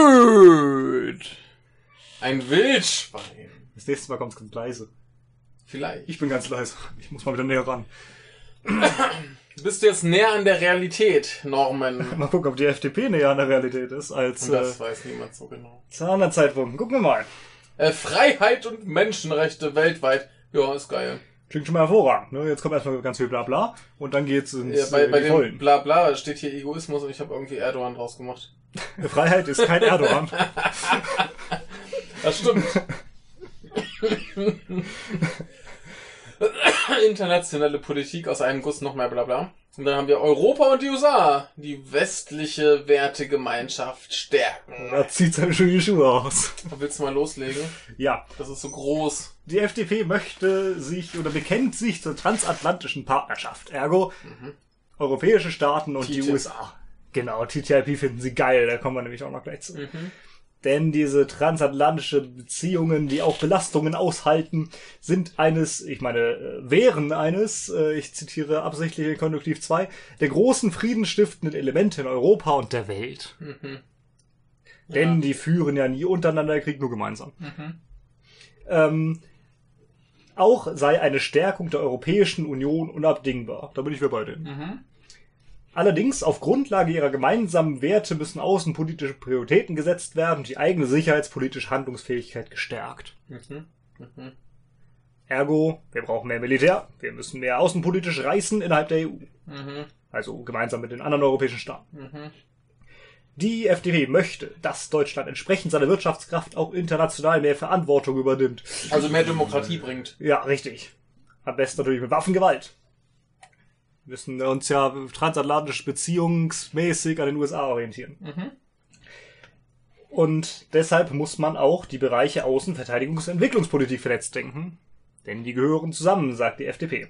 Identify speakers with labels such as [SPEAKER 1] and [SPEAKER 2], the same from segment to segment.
[SPEAKER 1] Bröt. Ein Wildschwein.
[SPEAKER 2] Das nächste Mal kommt's ganz leise.
[SPEAKER 1] Vielleicht.
[SPEAKER 2] Ich bin ganz leise. Ich muss mal wieder näher ran.
[SPEAKER 1] Bist du jetzt näher an der Realität, Norman?
[SPEAKER 2] Mal gucken, ob die FDP näher an der Realität ist als äh,
[SPEAKER 1] Das weiß niemand so genau.
[SPEAKER 2] zu anderen Zeitpunkten. Gucken wir mal.
[SPEAKER 1] Äh, Freiheit und Menschenrechte weltweit. Ja, ist geil.
[SPEAKER 2] Klingt schon mal hervorragend. Ne? Jetzt kommt erstmal ganz viel Blabla und dann geht's ins
[SPEAKER 1] Ja, bei,
[SPEAKER 2] äh,
[SPEAKER 1] bei
[SPEAKER 2] die
[SPEAKER 1] dem
[SPEAKER 2] Vollen.
[SPEAKER 1] Blabla steht hier Egoismus und ich habe irgendwie Erdogan draus gemacht.
[SPEAKER 2] Freiheit ist kein Erdogan.
[SPEAKER 1] Das stimmt. Internationale Politik aus einem Guss, noch mehr Blabla. Und dann haben wir Europa und die USA, die westliche Wertegemeinschaft stärken.
[SPEAKER 2] da zieht seine schon die Schuhe aus.
[SPEAKER 1] Willst du mal loslegen?
[SPEAKER 2] Ja,
[SPEAKER 1] Das ist so groß.
[SPEAKER 2] die FDP möchte sich oder bekennt sich zur transatlantischen Partnerschaft. Ergo, europäische Staaten und Mhm. die
[SPEAKER 1] TTIP.
[SPEAKER 2] USA. Genau, TTIP finden sie geil, da kommen wir nämlich auch noch gleich zu. Denn diese transatlantische Beziehungen, die auch Belastungen aushalten, sind eines, ich meine, äh, wären eines, äh, ich zitiere absichtlich den Konjunktiv 2, der großen friedensstiftenden Elemente in Europa und der Welt. Denn die führen Mhm. ja Mhm. nie untereinander Krieg, nur gemeinsam. Ähm, auch sei eine Stärkung der Europäischen Union unabdingbar. Da bin ich wieder bei denen. Allerdings, auf Grundlage ihrer gemeinsamen Werte müssen außenpolitische Prioritäten gesetzt werden und die eigene sicherheitspolitische Handlungsfähigkeit gestärkt.
[SPEAKER 1] Mhm.
[SPEAKER 2] Ergo, wir brauchen mehr Militär, wir müssen mehr außenpolitisch reißen innerhalb der EU. Also gemeinsam mit den anderen europäischen Staaten. Die FDP möchte, dass Deutschland entsprechend seiner Wirtschaftskraft auch international mehr Verantwortung übernimmt.
[SPEAKER 1] Also mehr Demokratie bringt.
[SPEAKER 2] Ja, richtig. Am besten natürlich mit Waffengewalt. Wir müssen uns ja transatlantisch beziehungsmäßig an den USA orientieren. Und deshalb muss man auch die Bereiche Außen-, Verteidigungs- und Entwicklungspolitik vernetzt denken. Denn die gehören zusammen, sagt die FDP.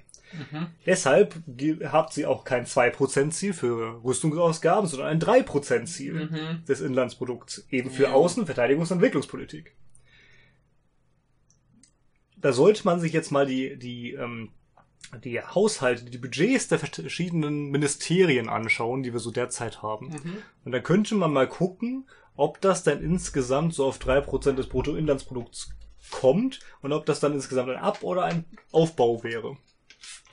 [SPEAKER 2] Deshalb ge- hat sie auch kein 2%-Ziel für Rüstungsausgaben, sondern ein
[SPEAKER 1] Mhm.
[SPEAKER 2] 3%-Ziel des Inlandsprodukts. Eben für Außen-, Verteidigungs- und Entwicklungspolitik da sollte man sich jetzt mal die, die, ähm, die Haushalte, die Budgets der verschiedenen Ministerien anschauen, die wir so derzeit haben. Und da könnte man mal gucken, ob das dann insgesamt so auf 3% des Bruttoinlandsprodukts kommt und ob das dann insgesamt ein Ab- oder ein Aufbau wäre,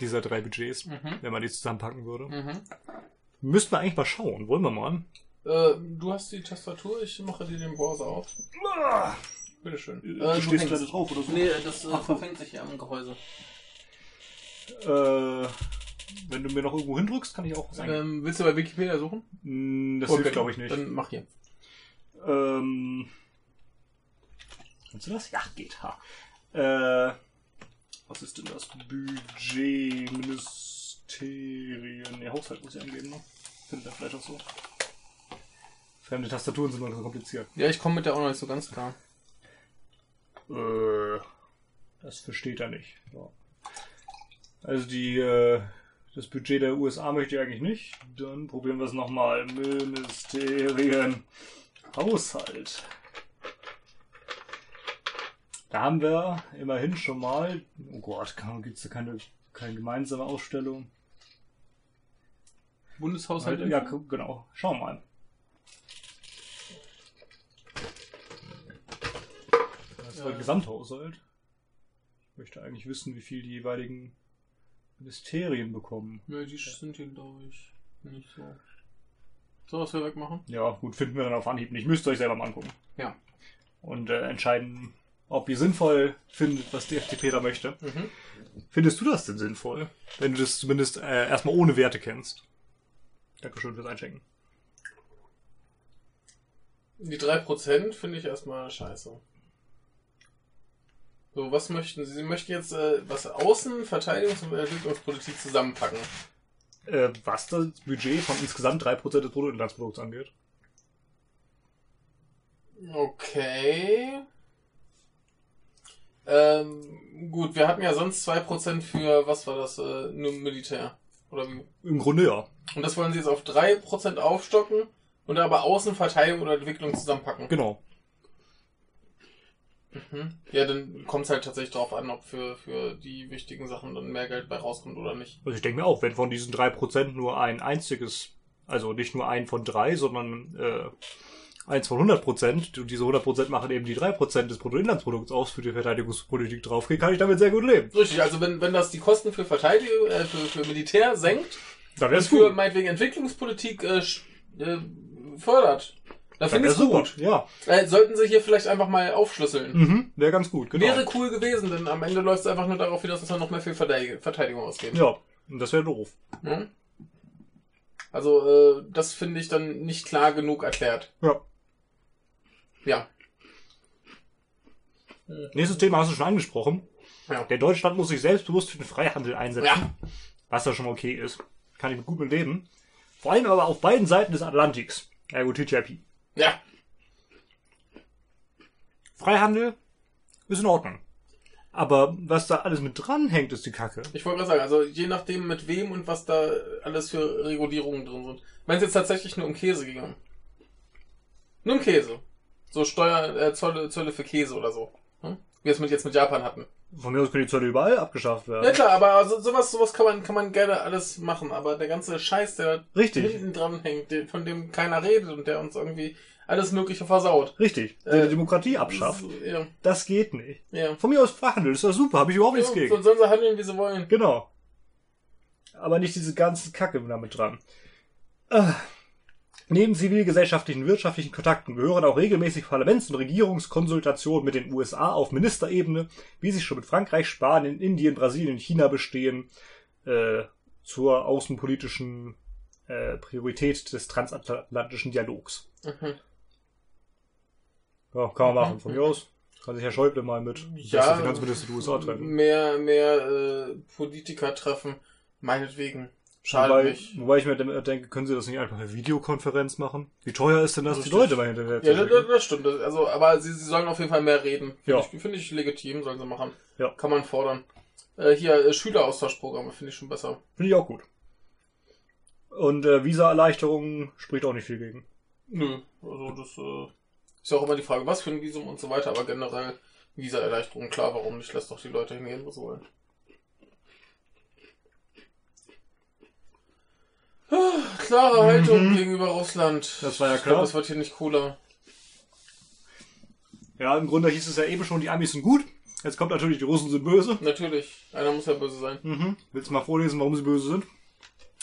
[SPEAKER 2] dieser drei Budgets,
[SPEAKER 1] Mhm.
[SPEAKER 2] wenn man die zusammenpacken würde. Müssten wir eigentlich mal schauen, wollen wir mal.
[SPEAKER 1] Äh, du hast die Tastatur, ich mache dir den Browser auf. Bitteschön. Äh,
[SPEAKER 2] du stehst gerade drauf oder so?
[SPEAKER 1] Nee, das äh, verfängt sich hier am Gehäuse.
[SPEAKER 2] Äh, wenn du mir noch irgendwo hindrückst, kann ich auch was ein-
[SPEAKER 1] Ähm, willst du bei Wikipedia suchen?
[SPEAKER 2] Mm, Das
[SPEAKER 1] Okay,
[SPEAKER 2] hilft, glaube ich, nicht.
[SPEAKER 1] Dann mach hier.
[SPEAKER 2] Ähm. Kannst du das? Ja, geht. Ha. Äh, was ist denn das? Budget, Ministerien. Ja, Haushalt muss ich angeben, ne? Findet er vielleicht auch so. Fremde Tastaturen sind mal so kompliziert.
[SPEAKER 1] Ja, ich komme mit der auch noch nicht so ganz klar.
[SPEAKER 2] Äh, das versteht er nicht. Ja. Also die, äh, das Budget der USA möchte ich eigentlich nicht. Dann probieren wir es nochmal. Ministerien. Haushalt. Da haben wir immerhin schon mal. Oh Gott, gibt es da keine, keine gemeinsame Ausstellung?
[SPEAKER 1] Bundeshaushalt.
[SPEAKER 2] ja, gu- genau. Schauen wir mal. Das ist
[SPEAKER 1] Ja.
[SPEAKER 2] der Gesamthaushalt. Ich möchte eigentlich wissen, wie viel die jeweiligen Ministerien bekommen.
[SPEAKER 1] ja, die sind hier, glaube ich, nicht so. So, was wir wegmachen?
[SPEAKER 2] Ja, gut, finden wir dann auf Anhieb nicht. Müsst ihr euch selber mal angucken.
[SPEAKER 1] Ja.
[SPEAKER 2] Und äh, entscheiden, ob ihr sinnvoll findet, was die FDP da möchte.
[SPEAKER 1] Mhm.
[SPEAKER 2] Findest du das denn sinnvoll? Wenn du das zumindest äh, erstmal ohne Werte kennst. Dankeschön fürs Einschenken.
[SPEAKER 1] Die 3% finde ich erstmal scheiße. So, was möchten Sie? Sie möchten jetzt äh, was Außen-, Verteidigungs- und Entwicklungspolitik zusammenpacken.
[SPEAKER 2] äh, was das Budget von insgesamt 3% des Bruttoinlandsprodukts angeht.
[SPEAKER 1] Okay. Ähm, gut, wir hatten ja sonst 2% für, was war das, äh, nur Militär. Oder wie?
[SPEAKER 2] Im Grunde ja.
[SPEAKER 1] Und das wollen sie jetzt auf 3% aufstocken und aber Außenverteidigung oder Entwicklung zusammenpacken. Mhm.
[SPEAKER 2] Genau.
[SPEAKER 1] Ja, dann kommt es halt tatsächlich darauf an, ob für, für die wichtigen Sachen dann mehr Geld bei rauskommt oder nicht.
[SPEAKER 2] Also ich denke mir auch, wenn von diesen 3% nur ein einziges, also nicht nur ein von drei, sondern äh, eins von 100 Prozent, und diese 100 Prozent machen eben die 3 Prozent des Bruttoinlandsprodukts aus für die Verteidigungspolitik draufgeht, kann ich damit sehr gut leben.
[SPEAKER 1] Richtig, also wenn, wenn das die Kosten für Verteidigung, äh, für, für Militär senkt,
[SPEAKER 2] Dann
[SPEAKER 1] und
[SPEAKER 2] wär's
[SPEAKER 1] für
[SPEAKER 2] gut.
[SPEAKER 1] meinetwegen Entwicklungspolitik äh, sch- äh, fördert, da
[SPEAKER 2] Dann
[SPEAKER 1] finde ich
[SPEAKER 2] wär's
[SPEAKER 1] es gut.
[SPEAKER 2] gut. Ja.
[SPEAKER 1] Äh, sollten sie hier vielleicht einfach mal aufschlüsseln.
[SPEAKER 2] Mhm. Wäre ganz gut, genau.
[SPEAKER 1] Wäre cool gewesen, denn am Ende läuft es einfach nur darauf hinaus, dass wir noch mehr für Verteidig- Verteidigung ausgeben.
[SPEAKER 2] Ja. Und das wäre doof.
[SPEAKER 1] Hm? Also, äh, das finde ich dann nicht klar genug erklärt.
[SPEAKER 2] Ja.
[SPEAKER 1] Ja.
[SPEAKER 2] Nächstes Thema hast du schon angesprochen.
[SPEAKER 1] Ja.
[SPEAKER 2] Der Deutschland muss sich selbstbewusst für den Freihandel einsetzen.
[SPEAKER 1] Ja.
[SPEAKER 2] Was ja schon mal okay ist. Kann ich gut mit leben. Vor allem aber auf beiden Seiten des Atlantiks. Ergo TTIP.
[SPEAKER 1] Ja.
[SPEAKER 2] Freihandel ist in Ordnung. Aber was da alles mit dranhängt, ist die Kacke.
[SPEAKER 1] Ich wollte gerade sagen, also je nachdem mit wem und was da alles für Regulierungen drin sind. Meinst du jetzt tatsächlich nur um Käse gegangen? Nur um Käse. So Steuer, äh, Zölle, Zölle für Käse oder so. Hm? Wie wir es mit, jetzt mit Japan hatten.
[SPEAKER 2] Von mir aus können die Zölle überall abgeschafft
[SPEAKER 1] Ja
[SPEAKER 2] werden.
[SPEAKER 1] klar, aber so, sowas, sowas kann man, kann man gerne alles machen, aber der ganze Scheiß, der da
[SPEAKER 2] Richtig.
[SPEAKER 1] hinten dran hängt, den, von dem keiner redet und der uns irgendwie alles Mögliche versaut.
[SPEAKER 2] Richtig. Der
[SPEAKER 1] Äh,
[SPEAKER 2] die Demokratie abschafft.
[SPEAKER 1] So, Ja,
[SPEAKER 2] Das geht nicht.
[SPEAKER 1] ja.
[SPEAKER 2] Von mir aus Freihandel ist doch super. Habe ich überhaupt nichts
[SPEAKER 1] So,
[SPEAKER 2] gegen.
[SPEAKER 1] sollen sie handeln, wie sie wollen.
[SPEAKER 2] Genau. Aber nicht diese ganze Kacke damit dran. Äh. Neben zivilgesellschaftlichen und wirtschaftlichen Kontakten gehören auch regelmäßig Parlaments- und Regierungskonsultationen mit den USA auf Ministerebene, wie sie schon mit Frankreich, Spanien, Indien, Brasilien und China bestehen, äh, zur außenpolitischen äh, Priorität des transatlantischen Dialogs.
[SPEAKER 1] Mhm.
[SPEAKER 2] Ja, kann man machen, von mir aus. Kann sich Herr Schäuble mal mit
[SPEAKER 1] Ja,
[SPEAKER 2] dem Finanzminister der USA treffen.
[SPEAKER 1] Mehr, mehr äh, Politiker treffen, meinetwegen. Schade
[SPEAKER 2] Wobei,
[SPEAKER 1] nicht.
[SPEAKER 2] wobei ich mir dann denke, können sie das nicht einfach per Videokonferenz machen? Wie teuer ist denn das, die
[SPEAKER 1] Richtig.
[SPEAKER 2] Leute mal hinterher zu
[SPEAKER 1] Ja, das,
[SPEAKER 2] schicken?
[SPEAKER 1] das stimmt. Das- Also, aber sie, sie sollen auf jeden Fall mehr reden. Finde
[SPEAKER 2] Ja.
[SPEAKER 1] ich, finde ich legitim, sollen sie machen.
[SPEAKER 2] Ja.
[SPEAKER 1] Kann man fordern. Äh, hier, äh, Schüleraustauschprogramme finde ich schon besser.
[SPEAKER 2] Finde ich auch gut. Und äh, Visa-Erleichterungen spricht auch nicht viel gegen.
[SPEAKER 1] Nö, also das äh, ist ja auch immer die Frage, was für ein Visum und so weiter, aber generell Visa-Erleichterung, klar, warum nicht? Lass doch die Leute hingehen, wo sie wollen. Ah, Klare Haltung
[SPEAKER 2] Mhm.
[SPEAKER 1] gegenüber Russland.
[SPEAKER 2] Das war ja
[SPEAKER 1] Ich glaub,
[SPEAKER 2] klar.
[SPEAKER 1] das wird hier nicht cooler.
[SPEAKER 2] Ja, im Grunde hieß es ja eben schon, die Amis sind gut. Jetzt kommt natürlich, die Russen sind böse.
[SPEAKER 1] Natürlich, einer muss ja böse sein.
[SPEAKER 2] Mhm. Willst du mal vorlesen, warum sie böse sind?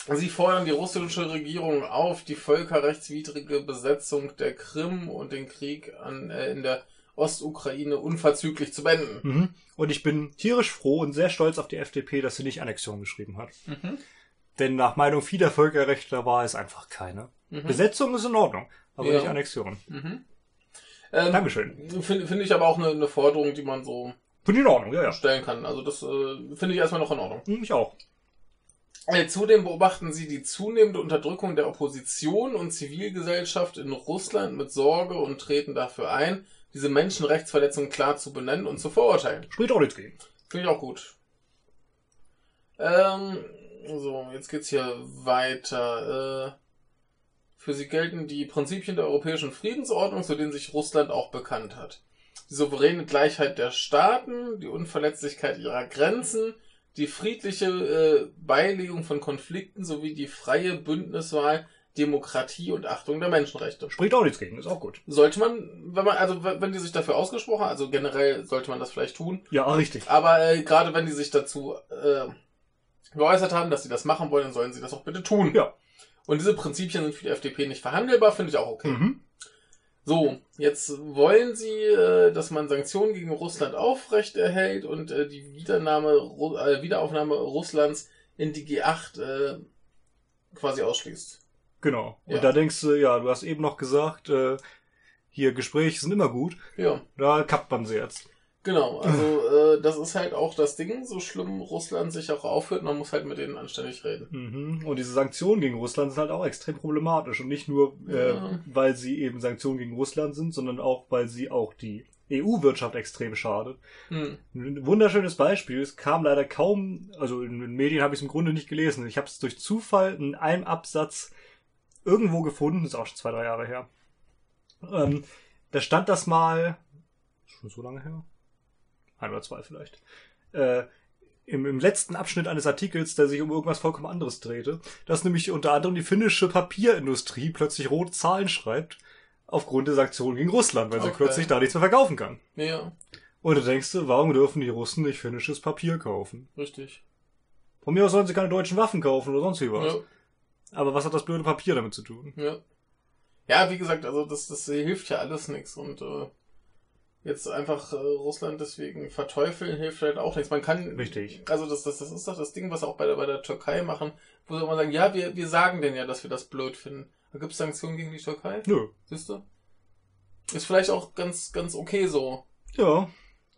[SPEAKER 1] Sie fordern die russische Regierung auf, die völkerrechtswidrige Besetzung der Krim und den Krieg an, äh, in der Ostukraine unverzüglich zu beenden.
[SPEAKER 2] Mhm. Und ich bin tierisch froh und sehr stolz auf die FDP, dass sie nicht Annexion geschrieben hat.
[SPEAKER 1] Mhm.
[SPEAKER 2] Denn nach Meinung vieler Völkerrechtler war es einfach keine. Besetzung ist in Ordnung, aber
[SPEAKER 1] Mhm. Ja.
[SPEAKER 2] nicht Annexion.
[SPEAKER 1] Mhm. Ähm,
[SPEAKER 2] Dankeschön.
[SPEAKER 1] Finde find ich aber auch eine, eine Forderung, die man so
[SPEAKER 2] Finde ich in Ordnung, ja, ja.
[SPEAKER 1] stellen kann. Also das äh, finde ich erstmal noch in Ordnung.
[SPEAKER 2] Ich auch.
[SPEAKER 1] Äh, zudem beobachten sie die zunehmende Unterdrückung der Opposition und Zivilgesellschaft in Russland mit Sorge und treten dafür ein, diese Menschenrechtsverletzungen klar zu benennen und zu verurteilen.
[SPEAKER 2] Spricht auch nichts gegen.
[SPEAKER 1] Finde ich auch gut. Ähm, so, jetzt geht's hier weiter. Äh, für sie gelten die Prinzipien der europäischen Friedensordnung, zu denen sich Russland auch bekannt hat. Die souveräne Gleichheit der Staaten, die Unverletzlichkeit ihrer Grenzen, die friedliche äh, Beilegung von Konflikten sowie die freie Bündniswahl, Demokratie und Achtung der Menschenrechte.
[SPEAKER 2] Spricht auch nichts gegen, ist auch gut.
[SPEAKER 1] Sollte man, wenn man, also wenn die sich dafür ausgesprochen, also generell sollte man das vielleicht tun,
[SPEAKER 2] Ja, richtig.
[SPEAKER 1] aber äh, gerade wenn die sich dazu äh, geäußert haben, dass sie das machen wollen, dann sollen sie das auch bitte tun.
[SPEAKER 2] Ja.
[SPEAKER 1] Und diese Prinzipien sind für die FDP nicht verhandelbar, finde ich auch okay.
[SPEAKER 2] Mhm.
[SPEAKER 1] So, jetzt wollen sie, äh, dass man Sanktionen gegen Russland aufrechterhält und äh, die Wiedernahme, Ru äh, Wiederaufnahme Russlands in die G8 äh, quasi ausschließt.
[SPEAKER 2] Genau. Und
[SPEAKER 1] Ja.
[SPEAKER 2] da denkst du, ja, du hast eben noch gesagt, äh, hier Gespräche sind immer gut.
[SPEAKER 1] Ja.
[SPEAKER 2] Da kappt man sie jetzt.
[SPEAKER 1] Genau, also
[SPEAKER 2] Mhm.
[SPEAKER 1] äh, das ist halt auch das Ding, so schlimm Russland sich auch aufhört, man muss halt mit denen anständig reden.
[SPEAKER 2] Mhm. Und diese Sanktionen gegen Russland sind halt auch extrem problematisch. Und nicht nur, äh,
[SPEAKER 1] Ja.
[SPEAKER 2] weil sie eben Sanktionen gegen Russland sind, sondern auch, weil sie auch die EU-Wirtschaft extrem schadet.
[SPEAKER 1] Hm.
[SPEAKER 2] Ein wunderschönes Beispiel. Es kam leider kaum, also in den Medien habe ich es im Grunde nicht gelesen. Ich habe es durch Zufall in einem Absatz irgendwo gefunden, ist auch schon zwei, drei Jahre her. Ähm, da stand das mal, schon so lange her? Ein oder zwei vielleicht. Äh, im, Im letzten Abschnitt eines Artikels, der sich um irgendwas vollkommen anderes drehte, dass nämlich unter anderem die finnische Papierindustrie plötzlich rote Zahlen schreibt, aufgrund der Sanktionen gegen Russland, weil sie
[SPEAKER 1] Okay.
[SPEAKER 2] plötzlich da nichts mehr verkaufen kann.
[SPEAKER 1] Ja,
[SPEAKER 2] Und da denkst du, warum dürfen die Russen nicht finnisches Papier kaufen?
[SPEAKER 1] richtig.
[SPEAKER 2] Von mir aus sollen sie keine deutschen Waffen kaufen oder sonst wie was.
[SPEAKER 1] Ja,
[SPEAKER 2] Aber was hat das blöde Papier damit zu tun?
[SPEAKER 1] ja. ja, wie gesagt, also das, das hilft ja alles nichts und äh, jetzt einfach äh, Russland deswegen verteufeln hilft halt auch nichts. Man kann
[SPEAKER 2] Richtig.
[SPEAKER 1] Also das, das, das ist doch das Ding, was auch bei der, bei der Türkei machen, wo sie immer sagen, ja, wir, wir sagen denn ja, dass wir das blöd finden. Da gibt's Sanktionen gegen die Türkei,
[SPEAKER 2] Nö.
[SPEAKER 1] siehst du? Ist vielleicht auch ganz, ganz okay so.
[SPEAKER 2] Ja.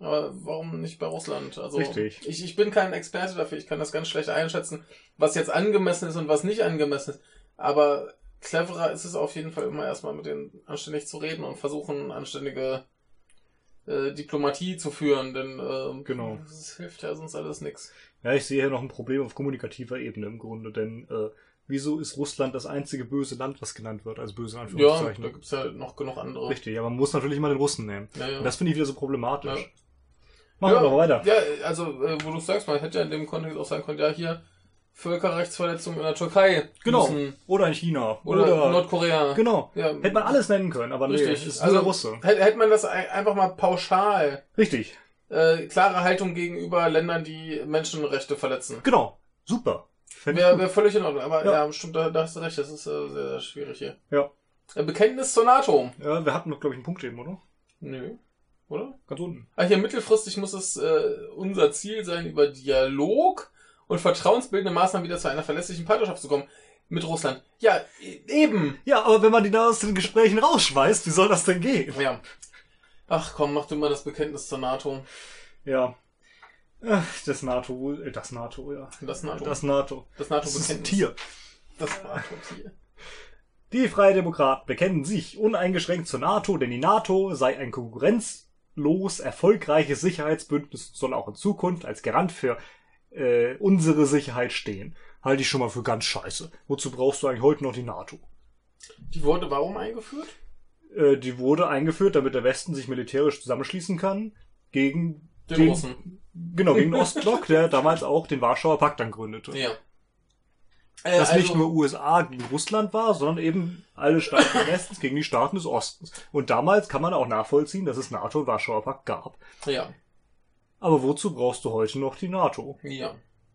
[SPEAKER 1] Aber warum nicht bei Russland? Also
[SPEAKER 2] Richtig.
[SPEAKER 1] Ich, ich bin kein Experte dafür, ich kann das ganz schlecht einschätzen, was jetzt angemessen ist und was nicht angemessen ist. Aber cleverer ist es auf jeden Fall immer erstmal mit denen anständig zu reden und versuchen, anständige äh, Diplomatie zu führen, denn ähm,
[SPEAKER 2] Genau.
[SPEAKER 1] das hilft ja sonst alles nichts.
[SPEAKER 2] Ja, ich sehe hier noch ein Problem auf kommunikativer Ebene im Grunde, denn äh, wieso ist Russland das einzige böse Land, was genannt wird, also böse in
[SPEAKER 1] Ja,
[SPEAKER 2] Anführungszeichen?
[SPEAKER 1] da gibt's ja noch genug andere.
[SPEAKER 2] Richtig, ja, man muss natürlich immer den Russen nehmen.
[SPEAKER 1] Ja, ja.
[SPEAKER 2] Und das finde ich wieder so problematisch.
[SPEAKER 1] Ja.
[SPEAKER 2] Machen
[SPEAKER 1] ja,
[SPEAKER 2] wir doch weiter.
[SPEAKER 1] Ja, also, äh, wo du sagst, man hätte ja in dem Kontext auch sagen können, ja, hier Völkerrechtsverletzung in der Türkei.
[SPEAKER 2] Genau.
[SPEAKER 1] müssen-
[SPEAKER 2] Oder in China.
[SPEAKER 1] Oder,
[SPEAKER 2] Oder,
[SPEAKER 1] Nordkorea.
[SPEAKER 2] genau.
[SPEAKER 1] Ja,
[SPEAKER 2] Hätte man alles nennen können, aber nee,
[SPEAKER 1] Richtig.
[SPEAKER 2] es ist
[SPEAKER 1] Also-
[SPEAKER 2] nur der Russe.
[SPEAKER 1] Hätte, hätte man das ein- einfach mal pauschal,
[SPEAKER 2] Richtig,
[SPEAKER 1] äh, klare Haltung gegenüber Ländern, die Menschenrechte verletzen.
[SPEAKER 2] genau. Super. Fände ich
[SPEAKER 1] Wäre
[SPEAKER 2] gut.
[SPEAKER 1] wär völlig in Ordnung, aber ja,
[SPEAKER 2] Ja.
[SPEAKER 1] stimmt, da, da hast du recht, das ist äh, sehr, sehr schwierig hier.
[SPEAKER 2] Ja.
[SPEAKER 1] Äh, Bekenntnis zur NATO.
[SPEAKER 2] Ja, wir hatten noch, glaube ich, einen Punkt eben, oder?
[SPEAKER 1] Nö. Oder?
[SPEAKER 2] Ganz unten.
[SPEAKER 1] Ah, hier mittelfristig muss es äh, unser Ziel sein, über Dialog und vertrauensbildende Maßnahmen wieder zu einer verlässlichen Partnerschaft zu kommen mit Russland. Ja, e- eben.
[SPEAKER 2] Ja, aber wenn man die da aus den Gesprächen rausschmeißt, wie soll das denn gehen?
[SPEAKER 1] Ja. Ach komm, mach du mal das Bekenntnis zur NATO.
[SPEAKER 2] Ja. Ach, Das NATO, äh, das NATO, ja.
[SPEAKER 1] Das NATO.
[SPEAKER 2] Das NATO.
[SPEAKER 1] Das
[SPEAKER 2] Das ist ein
[SPEAKER 1] NATO-Bekenntnis.
[SPEAKER 2] Tier.
[SPEAKER 1] Das NATO-Tier.
[SPEAKER 2] Die Freie Demokraten bekennen sich uneingeschränkt zur NATO, denn die NATO sei ein konkurrenzlos erfolgreiches Sicherheitsbündnis und soll auch in Zukunft als Garant für äh, unsere Sicherheit stehen. Halte ich schon mal für ganz scheiße. Wozu brauchst du eigentlich heute noch die NATO?
[SPEAKER 1] Die wurde warum eingeführt?
[SPEAKER 2] Äh, die wurde eingeführt, damit der Westen sich militärisch zusammenschließen kann gegen
[SPEAKER 1] Den Russen.
[SPEAKER 2] Genau, gegen den Ostblock, der damals auch den Warschauer Pakt dann gründete.
[SPEAKER 1] Ja. Äh,
[SPEAKER 2] dass
[SPEAKER 1] also,
[SPEAKER 2] nicht nur USA gegen Russland war, sondern eben alle Staaten des Westens gegen die Staaten des Ostens. Und damals kann man auch nachvollziehen, dass es NATO und Warschauer Pakt gab.
[SPEAKER 1] Ja,
[SPEAKER 2] Aber wozu brauchst du heute noch die NATO?
[SPEAKER 1] ja.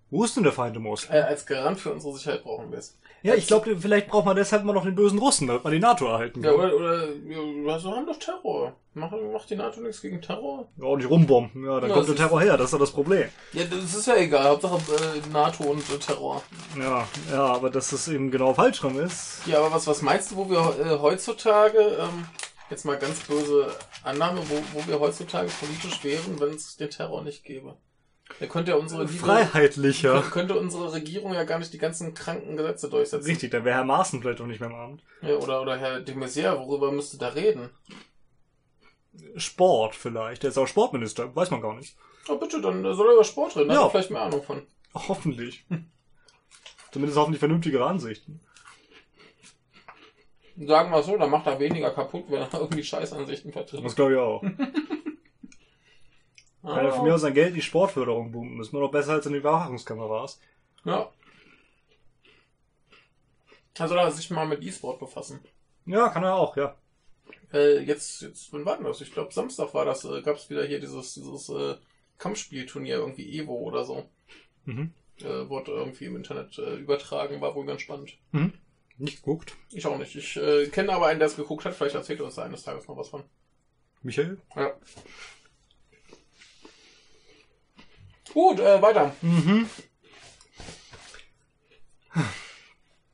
[SPEAKER 2] Wo ist denn der Feind im Osten?
[SPEAKER 1] Äh, als Garant für unsere Sicherheit brauchen wir es.
[SPEAKER 2] Ja, ich glaube, vielleicht braucht man deshalb immer noch den bösen Russen, damit man die NATO erhalten
[SPEAKER 1] Ja,
[SPEAKER 2] kann. Ja,
[SPEAKER 1] oder, oder ja, also haben doch Terror. Mach- Macht die NATO nichts gegen Terror?
[SPEAKER 2] und die rumbomben. Ja, dann
[SPEAKER 1] Ja,
[SPEAKER 2] kommt der
[SPEAKER 1] siehst du.
[SPEAKER 2] Terror her, das ist doch das Problem.
[SPEAKER 1] Ja, das ist ja egal. Hauptsache äh, NATO und äh, Terror.
[SPEAKER 2] Ja, ja, aber dass das eben genau falsch rum ist.
[SPEAKER 1] Ja, aber was, was meinst du, wo wir äh, heutzutage, ähm, jetzt mal ganz böse Annahme, wo, wo wir heutzutage politisch wären, wenn es den Terror nicht gäbe? Der könnte ja unsere liebe-
[SPEAKER 2] Freiheitlicher.
[SPEAKER 1] könnte unsere Regierung ja gar nicht die ganzen kranken Gesetze durchsetzen.
[SPEAKER 2] Richtig, dann wäre Herr Maaßen vielleicht auch nicht mehr im Amt.
[SPEAKER 1] Ja, oder, oder Herr de Maizière, worüber müsste da reden?
[SPEAKER 2] Sport vielleicht. Der ist auch Sportminister, weiß man gar nicht.
[SPEAKER 1] Oh, bitte, dann soll er über Sport reden, da
[SPEAKER 2] Ja.
[SPEAKER 1] hat er vielleicht mehr Ahnung von.
[SPEAKER 2] Hoffentlich. Zumindest hoffentlich vernünftigere Ansichten.
[SPEAKER 1] Sagen wir es so, dann macht er weniger kaputt, wenn er irgendwie Scheißansichten vertritt.
[SPEAKER 2] Das glaube ich auch. Weil er von mir
[SPEAKER 1] Ah,
[SPEAKER 2] aus sein Geld in die Sportförderung boomen. Das ist immer noch besser als in die Überwachungskameras.
[SPEAKER 1] ja. Dann soll er sich mal mit E-Sport befassen.
[SPEAKER 2] Ja, kann er auch, ja.
[SPEAKER 1] Äh, jetzt, jetzt, wann war denn das? Ich glaube, Samstag war das, äh, gab es wieder hier dieses, dieses äh, Kampfspielturnier, irgendwie Evo oder so.
[SPEAKER 2] Mhm.
[SPEAKER 1] Äh, wurde irgendwie im Internet äh, übertragen, war wohl ganz spannend.
[SPEAKER 2] Nicht geguckt.
[SPEAKER 1] Ich auch nicht. Ich äh, kenne aber einen, der es geguckt hat. Vielleicht erzählt er uns da eines Tages noch was von.
[SPEAKER 2] Michael?
[SPEAKER 1] Ja. Gut, äh, weiter.
[SPEAKER 2] Mhm.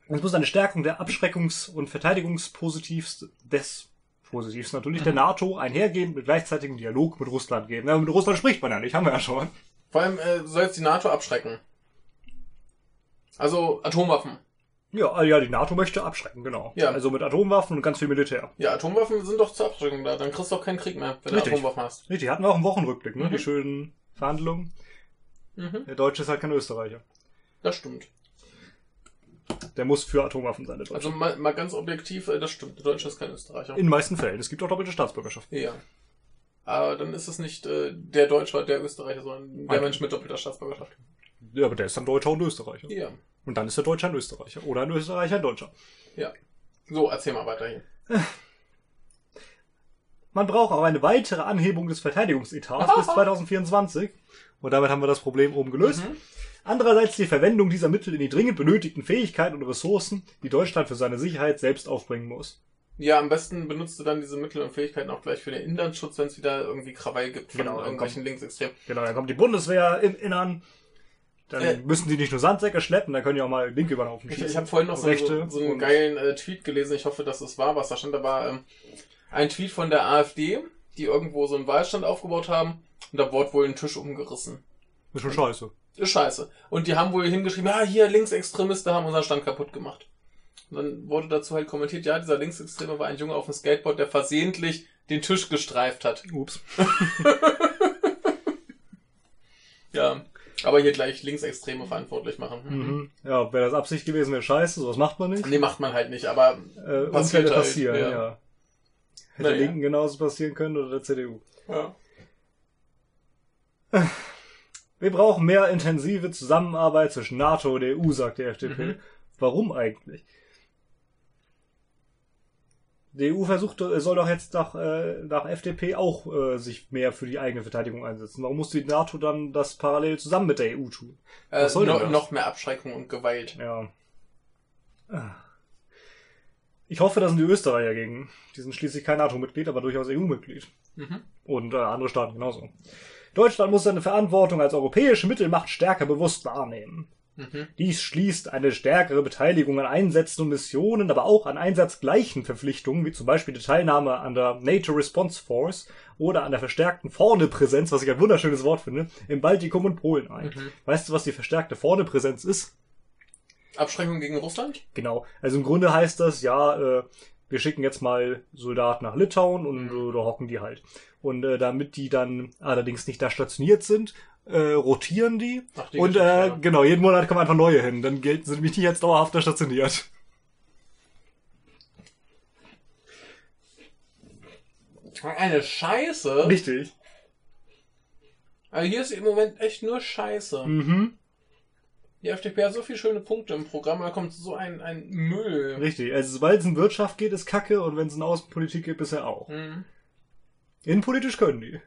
[SPEAKER 2] Es muss eine Stärkung der Abschreckungs- und Verteidigungspositivs des Positivs natürlich der NATO einhergehen mit gleichzeitigem Dialog mit Russland geben. Ja, mit Russland spricht man ja nicht, haben wir ja schon.
[SPEAKER 1] Vor allem äh, soll jetzt die NATO abschrecken. Also Atomwaffen.
[SPEAKER 2] Ja, ja, die NATO möchte abschrecken, genau.
[SPEAKER 1] Ja.
[SPEAKER 2] Also mit Atomwaffen und ganz viel Militär.
[SPEAKER 1] Ja, Atomwaffen sind doch zur Abschreckung da. Dann kriegst du auch keinen Krieg mehr, wenn
[SPEAKER 2] Richtig.
[SPEAKER 1] du Atomwaffen hast.
[SPEAKER 2] Richtig, hatten wir auch einen Wochenrückblick, ne?
[SPEAKER 1] Mhm.
[SPEAKER 2] Die schönen Verhandlungen.
[SPEAKER 1] Mhm.
[SPEAKER 2] Der Deutsche ist halt kein Österreicher.
[SPEAKER 1] Das stimmt.
[SPEAKER 2] Der muss für Atomwaffen sein, der Deutsche.
[SPEAKER 1] Also mal, mal ganz objektiv, äh, das stimmt. Der Deutsche ist kein Österreicher.
[SPEAKER 2] In den meisten Fällen. Es gibt auch doppelte Staatsbürgerschaft.
[SPEAKER 1] Ja. Aber dann ist es nicht äh, der Deutsche oder der Österreicher, sondern der
[SPEAKER 2] Nein.
[SPEAKER 1] Mensch mit doppelter Staatsbürgerschaft.
[SPEAKER 2] Ja, aber der ist dann Deutscher und Österreicher.
[SPEAKER 1] Ja.
[SPEAKER 2] Und dann ist der Deutsche ein Österreicher. Oder ein Österreicher ein Deutscher.
[SPEAKER 1] Ja. So, erzähl mal weiter hier.
[SPEAKER 2] Man braucht auch eine weitere Anhebung des Verteidigungsetats bis 2024. Und damit haben wir das Problem oben
[SPEAKER 1] Mhm.
[SPEAKER 2] gelöst. Andererseits die Verwendung dieser Mittel in die dringend benötigten Fähigkeiten und Ressourcen, die Deutschland für seine Sicherheit selbst aufbringen muss.
[SPEAKER 1] Ja, am besten benutzt du dann diese Mittel und Fähigkeiten auch gleich für den Inlandschutz, wenn es wieder irgendwie Krawall gibt von
[SPEAKER 2] Genau, dann
[SPEAKER 1] irgendwelchen Linksextremen.
[SPEAKER 2] Genau, dann kommt die Bundeswehr im Innern. Dann
[SPEAKER 1] Äh.
[SPEAKER 2] müssen die nicht nur Sandsäcke schleppen, dann können die auch mal Linke über den Haufen
[SPEAKER 1] Ich,
[SPEAKER 2] schießen.
[SPEAKER 1] ich habe vorhin noch so,
[SPEAKER 2] Rechte
[SPEAKER 1] so, so einen
[SPEAKER 2] und-
[SPEAKER 1] geilen äh, Tweet gelesen, ich hoffe, dass es war, was da stand. Da war ähm, ein Tweet von der AfD, die irgendwo so einen Wahlstand aufgebaut haben und da wurde wohl ein Tisch umgerissen.
[SPEAKER 2] Ist schon scheiße.
[SPEAKER 1] Ist scheiße. Und die haben wohl hingeschrieben, ah, hier Linksextremisten haben unseren Stand kaputt gemacht. Und dann wurde dazu halt kommentiert, ja, dieser Linksextreme war ein Junge auf dem Skateboard, der versehentlich den Tisch gestreift hat.
[SPEAKER 2] Ups.
[SPEAKER 1] Ja. Aber hier gleich Linksextreme verantwortlich machen. Mhm.
[SPEAKER 2] Mhm. Ja, wäre das Absicht gewesen, wäre scheiße, sowas macht man nicht.
[SPEAKER 1] Nee, macht man halt nicht, aber
[SPEAKER 2] Äh,
[SPEAKER 1] Was
[SPEAKER 2] Unfälle
[SPEAKER 1] wird halt,
[SPEAKER 2] passieren,
[SPEAKER 1] ja.
[SPEAKER 2] ja. Hätte
[SPEAKER 1] Naja.
[SPEAKER 2] Linken genauso passieren können oder der CDU.
[SPEAKER 1] ja.
[SPEAKER 2] Wir brauchen mehr intensive Zusammenarbeit zwischen NATO und EU, sagt die FDP.
[SPEAKER 1] Mhm.
[SPEAKER 2] Warum eigentlich? Die EU versucht, äh, soll doch jetzt nach, äh, nach FDP auch äh, sich mehr für die eigene Verteidigung einsetzen. Warum muss die NATO dann das parallel zusammen mit der EU tun?
[SPEAKER 1] Äh,
[SPEAKER 2] Was soll denn
[SPEAKER 1] no,
[SPEAKER 2] das?
[SPEAKER 1] noch mehr Abschreckung und Gewalt.
[SPEAKER 2] Ja. Ich hoffe, da sind die Österreicher gegen. Die sind schließlich kein NATO-Mitglied, aber durchaus EU-Mitglied.
[SPEAKER 1] Mhm.
[SPEAKER 2] Und äh, andere Staaten genauso. Deutschland muss seine Verantwortung als europäische Mittelmacht stärker bewusst wahrnehmen.
[SPEAKER 1] Mhm.
[SPEAKER 2] Dies schließt eine stärkere Beteiligung an Einsätzen und Missionen, aber auch an einsatzgleichen Verpflichtungen, wie zum Beispiel die Teilnahme an der NATO Response Force oder an der verstärkten Vorne-Präsenz, was ich ein wunderschönes Wort finde, im Baltikum und Polen ein.
[SPEAKER 1] Mhm.
[SPEAKER 2] Weißt du, was die verstärkte Vorne-Präsenz ist?
[SPEAKER 1] Abschreckung gegen Russland?
[SPEAKER 2] Genau. Also im Grunde heißt das, ja, äh, wir schicken jetzt mal Soldaten nach Litauen und äh, da hocken die halt. Und äh, damit die dann allerdings nicht da stationiert sind, äh, rotieren die.
[SPEAKER 1] Ach, die
[SPEAKER 2] und
[SPEAKER 1] Geschichte,
[SPEAKER 2] äh,
[SPEAKER 1] ja.
[SPEAKER 2] genau, jeden Monat kommen einfach neue hin. Dann gelten sie nämlich nicht als dauerhaft da stationiert. äh,
[SPEAKER 1] Eine Scheiße.
[SPEAKER 2] Richtig.
[SPEAKER 1] Also hier ist im Moment echt nur Scheiße.
[SPEAKER 2] Mhm.
[SPEAKER 1] Die FDP hat so viele schöne Punkte im Programm, da kommt so ein, ein Müll.
[SPEAKER 2] Richtig. Also sobald es in Wirtschaft geht, ist Kacke und wenn es in Außenpolitik geht, bisher auch.
[SPEAKER 1] Mhm.
[SPEAKER 2] Innenpolitisch können die.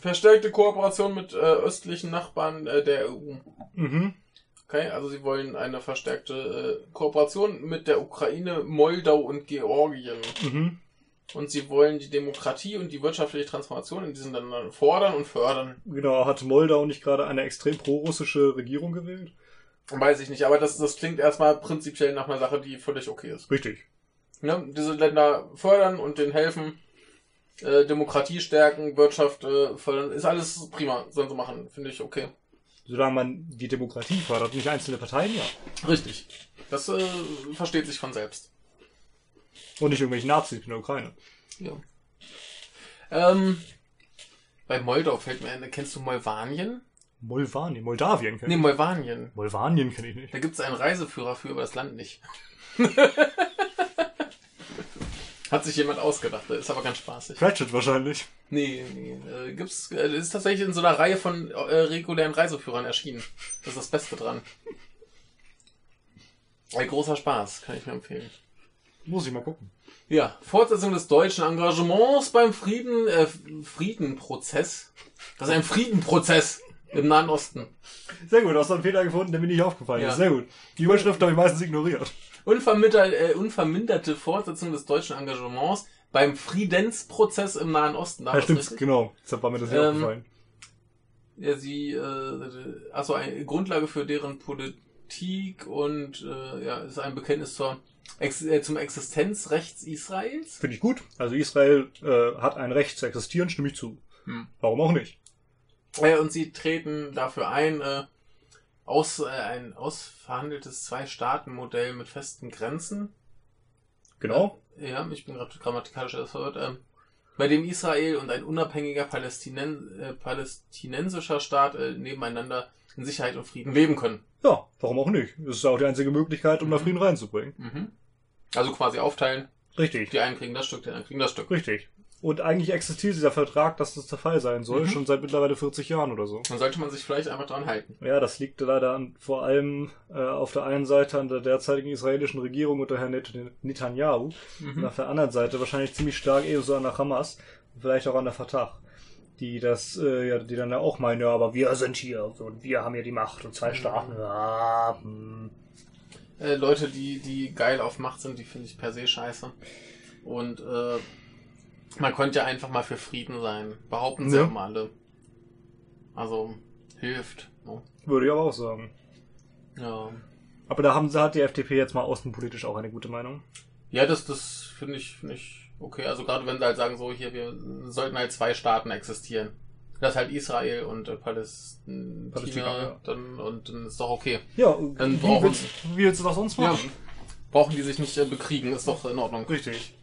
[SPEAKER 1] Verstärkte Kooperation mit äh, östlichen Nachbarn äh, der EU.
[SPEAKER 2] Mhm.
[SPEAKER 1] Okay, also sie wollen eine verstärkte äh, Kooperation mit der Ukraine, Moldau und Georgien.
[SPEAKER 2] Mhm.
[SPEAKER 1] Und sie wollen die Demokratie und die wirtschaftliche Transformation in diesen Ländern fordern und fördern.
[SPEAKER 2] Genau, hat Moldau nicht gerade eine extrem prorussische Regierung gewählt?
[SPEAKER 1] Weiß ich nicht, aber das, das klingt erstmal prinzipiell nach einer Sache, die völlig okay ist.
[SPEAKER 2] Richtig.
[SPEAKER 1] ne, diese Länder fördern und denen helfen, äh, Demokratie stärken, Wirtschaft äh, fördern, ist alles prima, sollen sie machen, finde ich okay.
[SPEAKER 2] Solange man die Demokratie fördert, nicht einzelne Parteien, ja.
[SPEAKER 1] Richtig. Das äh, versteht sich von selbst.
[SPEAKER 2] Und nicht irgendwelche Nazis in der Ukraine.
[SPEAKER 1] Ja. Ähm, bei Moldau fällt mir ein, kennst du Molvanien?
[SPEAKER 2] Molvanien, Moldawien kenne
[SPEAKER 1] Nee,
[SPEAKER 2] ich.
[SPEAKER 1] Molvanien.
[SPEAKER 2] Molvanien kenne ich nicht.
[SPEAKER 1] Da gibt es einen Reiseführer für über das Land nicht. Hat sich jemand ausgedacht, ist aber ganz spaßig.
[SPEAKER 2] Ratchet wahrscheinlich.
[SPEAKER 1] Nee, nee. Äh, gibt's, äh, ist tatsächlich in so einer Reihe von äh, regulären Reiseführern erschienen. Das ist das Beste dran. Ein großer Spaß, kann ich mir empfehlen.
[SPEAKER 2] Muss ich mal gucken.
[SPEAKER 1] Ja, Fortsetzung des deutschen Engagements beim Frieden, äh, Friedenprozess. Das ist ein Friedenprozess im Nahen Osten.
[SPEAKER 2] Sehr gut, hast du einen Fehler gefunden, der mir nicht aufgefallen
[SPEAKER 1] Ja.
[SPEAKER 2] ist. Sehr gut. Die Überschrift habe ich meistens ignoriert.
[SPEAKER 1] Unvermittelt, äh, unverminderte Fortsetzung des deutschen Engagements beim Friedensprozess im Nahen Osten. War
[SPEAKER 2] Ja,
[SPEAKER 1] das
[SPEAKER 2] stimmt,
[SPEAKER 1] richtig?
[SPEAKER 2] genau. Deshalb war mir das nicht
[SPEAKER 1] Ähm,
[SPEAKER 2] aufgefallen.
[SPEAKER 1] Ja, sie, äh, also eine Grundlage für deren Politik und äh, ja, ist ein Bekenntnis zur Ex äh, zum Existenzrechts Israels.
[SPEAKER 2] Finde ich gut. Also Israel äh, hat ein Recht zu existieren, stimme ich zu.
[SPEAKER 1] Hm.
[SPEAKER 2] Warum auch nicht?
[SPEAKER 1] Äh, und sie treten dafür ein, äh, aus, äh, ein ausverhandeltes Zwei-Staaten-Modell mit festen Grenzen.
[SPEAKER 2] Genau.
[SPEAKER 1] Ja, ich bin gerade grammatikalisch das Wort. Ähm, bei dem Israel und ein unabhängiger Palästinen äh, palästinensischer Staat äh, nebeneinander in Sicherheit und Frieden leben können.
[SPEAKER 2] Ja, warum auch nicht? Das ist ja auch die einzige Möglichkeit, um da
[SPEAKER 1] Mhm.
[SPEAKER 2] Frieden reinzubringen.
[SPEAKER 1] Mhm. Also quasi aufteilen.
[SPEAKER 2] Richtig.
[SPEAKER 1] Die einen kriegen das Stück, die anderen kriegen das Stück.
[SPEAKER 2] Richtig. Und eigentlich existiert dieser Vertrag, dass das der Fall sein soll,
[SPEAKER 1] Mhm.
[SPEAKER 2] schon seit mittlerweile 40 Jahren oder so.
[SPEAKER 1] Dann sollte man sich vielleicht einfach dran halten.
[SPEAKER 2] Ja, das liegt leider an, vor allem äh, auf der einen Seite an der derzeitigen israelischen Regierung unter Herrn Net Netanyahu und auf der anderen Seite wahrscheinlich ziemlich stark ebenso an der Hamas und vielleicht auch an der Fatah, die das, äh, ja, die dann ja auch meinen, ja, aber wir sind hier und wir haben hier die Macht und zwei Staaten. Ja, hm.
[SPEAKER 1] Äh, Leute, die, die geil auf Macht sind, die finde ich per se scheiße. Und äh, man könnte ja einfach mal für Frieden sein. Behaupten sie
[SPEAKER 2] Ja.
[SPEAKER 1] ja. immer alle. Also, hilft. ne?
[SPEAKER 2] Würde ich aber auch sagen.
[SPEAKER 1] Ja.
[SPEAKER 2] Aber da haben sie, hat die FDP jetzt mal außenpolitisch auch eine gute Meinung.
[SPEAKER 1] Ja, das, das finde ich, finde ich okay. Also gerade wenn sie halt sagen, so hier, wir sollten halt zwei Staaten existieren. Das ist halt Israel und äh, Palästina,
[SPEAKER 2] Palästina, ja.
[SPEAKER 1] dann, und dann ist doch okay.
[SPEAKER 2] Ja,
[SPEAKER 1] Dann
[SPEAKER 2] wie
[SPEAKER 1] brauchen-
[SPEAKER 2] willst, wie willst du das sonst
[SPEAKER 1] Ja.
[SPEAKER 2] machen?
[SPEAKER 1] Brauchen die sich nicht äh, bekriegen, ist doch in Ordnung.
[SPEAKER 2] Richtig.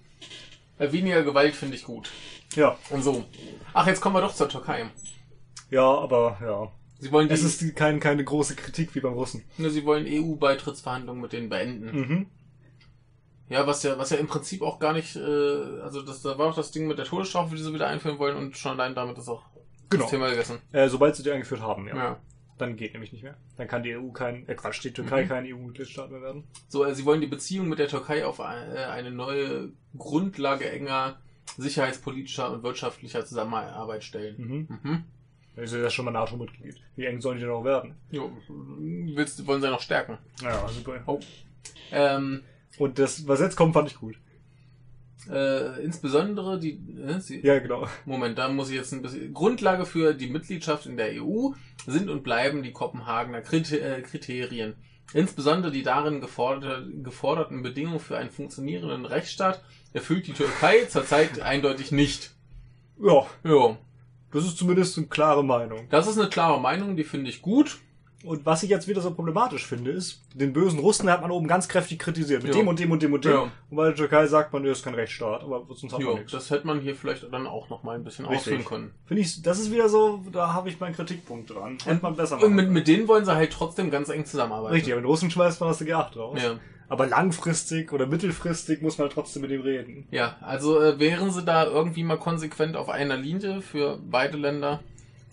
[SPEAKER 1] Äh, Weniger Gewalt finde ich gut.
[SPEAKER 2] Ja,
[SPEAKER 1] Und so. Ach, jetzt kommen wir doch zur Türkei.
[SPEAKER 2] ja, aber ja.
[SPEAKER 1] Sie wollen, die,
[SPEAKER 2] Es ist kein, keine große Kritik wie beim Russen.
[SPEAKER 1] ne, sie wollen EU-Beitrittsverhandlungen mit denen beenden.
[SPEAKER 2] Mhm.
[SPEAKER 1] Ja, was ja, was ja im Prinzip auch gar nicht, äh, also das, da war auch das Ding mit der Todesstrafe, die sie wieder einführen wollen und schon allein damit ist auch
[SPEAKER 2] Genau.
[SPEAKER 1] das Thema gegessen.
[SPEAKER 2] Äh, sobald sie die eingeführt haben, ja.
[SPEAKER 1] Ja.
[SPEAKER 2] Dann geht nämlich nicht mehr. Dann kann die EU kein, äh Quatsch, die Türkei
[SPEAKER 1] Mhm.
[SPEAKER 2] kein EU-Mitgliedstaat mehr werden.
[SPEAKER 1] So, äh, sie wollen die Beziehung mit der Türkei auf ein- äh, eine neue Grundlage enger sicherheitspolitischer und wirtschaftlicher Zusammenarbeit stellen.
[SPEAKER 2] Mhm.
[SPEAKER 1] Mhm.
[SPEAKER 2] Sie sind ja schon mal NATO-Mitglied. Wie eng sollen die denn auch werden?
[SPEAKER 1] Jo, willst, wollen sie ja also noch stärken.
[SPEAKER 2] Ja, super.
[SPEAKER 1] Ähm,
[SPEAKER 2] Und das, was jetzt kommt, fand ich gut.
[SPEAKER 1] äh, insbesondere die, äh, sie,
[SPEAKER 2] Ja, genau.
[SPEAKER 1] Moment, da muss ich jetzt ein bisschen. Grundlage für die Mitgliedschaft in der EU sind und bleiben die Kopenhagener Krite- äh, Kriterien. Insbesondere die darin geforderte, geforderten Bedingungen für einen funktionierenden Rechtsstaat erfüllt die Türkei zurzeit eindeutig nicht.
[SPEAKER 2] Ja,
[SPEAKER 1] Jo,
[SPEAKER 2] das ist zumindest eine klare Meinung.
[SPEAKER 1] das ist eine klare Meinung, die finde ich gut.
[SPEAKER 2] Und was ich jetzt wieder so problematisch finde, ist, den bösen Russen hat man oben ganz kräftig kritisiert. Mit
[SPEAKER 1] Ja.
[SPEAKER 2] dem und dem und dem und dem.
[SPEAKER 1] Ja.
[SPEAKER 2] Und bei der Türkei sagt man, das ist kein Rechtsstaat, aber sonst hat man
[SPEAKER 1] Jo,
[SPEAKER 2] nichts.
[SPEAKER 1] das hätte man hier vielleicht dann auch noch mal ein bisschen
[SPEAKER 2] Richtig.
[SPEAKER 1] ausführen können.
[SPEAKER 2] Finde ich, das ist wieder so, da habe ich meinen Kritikpunkt dran. Hätte man besser
[SPEAKER 1] Und
[SPEAKER 2] machen
[SPEAKER 1] mit,
[SPEAKER 2] können.
[SPEAKER 1] mit denen wollen sie halt trotzdem ganz eng zusammenarbeiten.
[SPEAKER 2] Richtig, aber mit Russen schmeißt man aus der G8 raus.
[SPEAKER 1] Ja.
[SPEAKER 2] Aber langfristig oder mittelfristig muss man trotzdem mit ihm reden.
[SPEAKER 1] Ja, also äh, wären sie da irgendwie mal konsequent auf einer Linie für beide Länder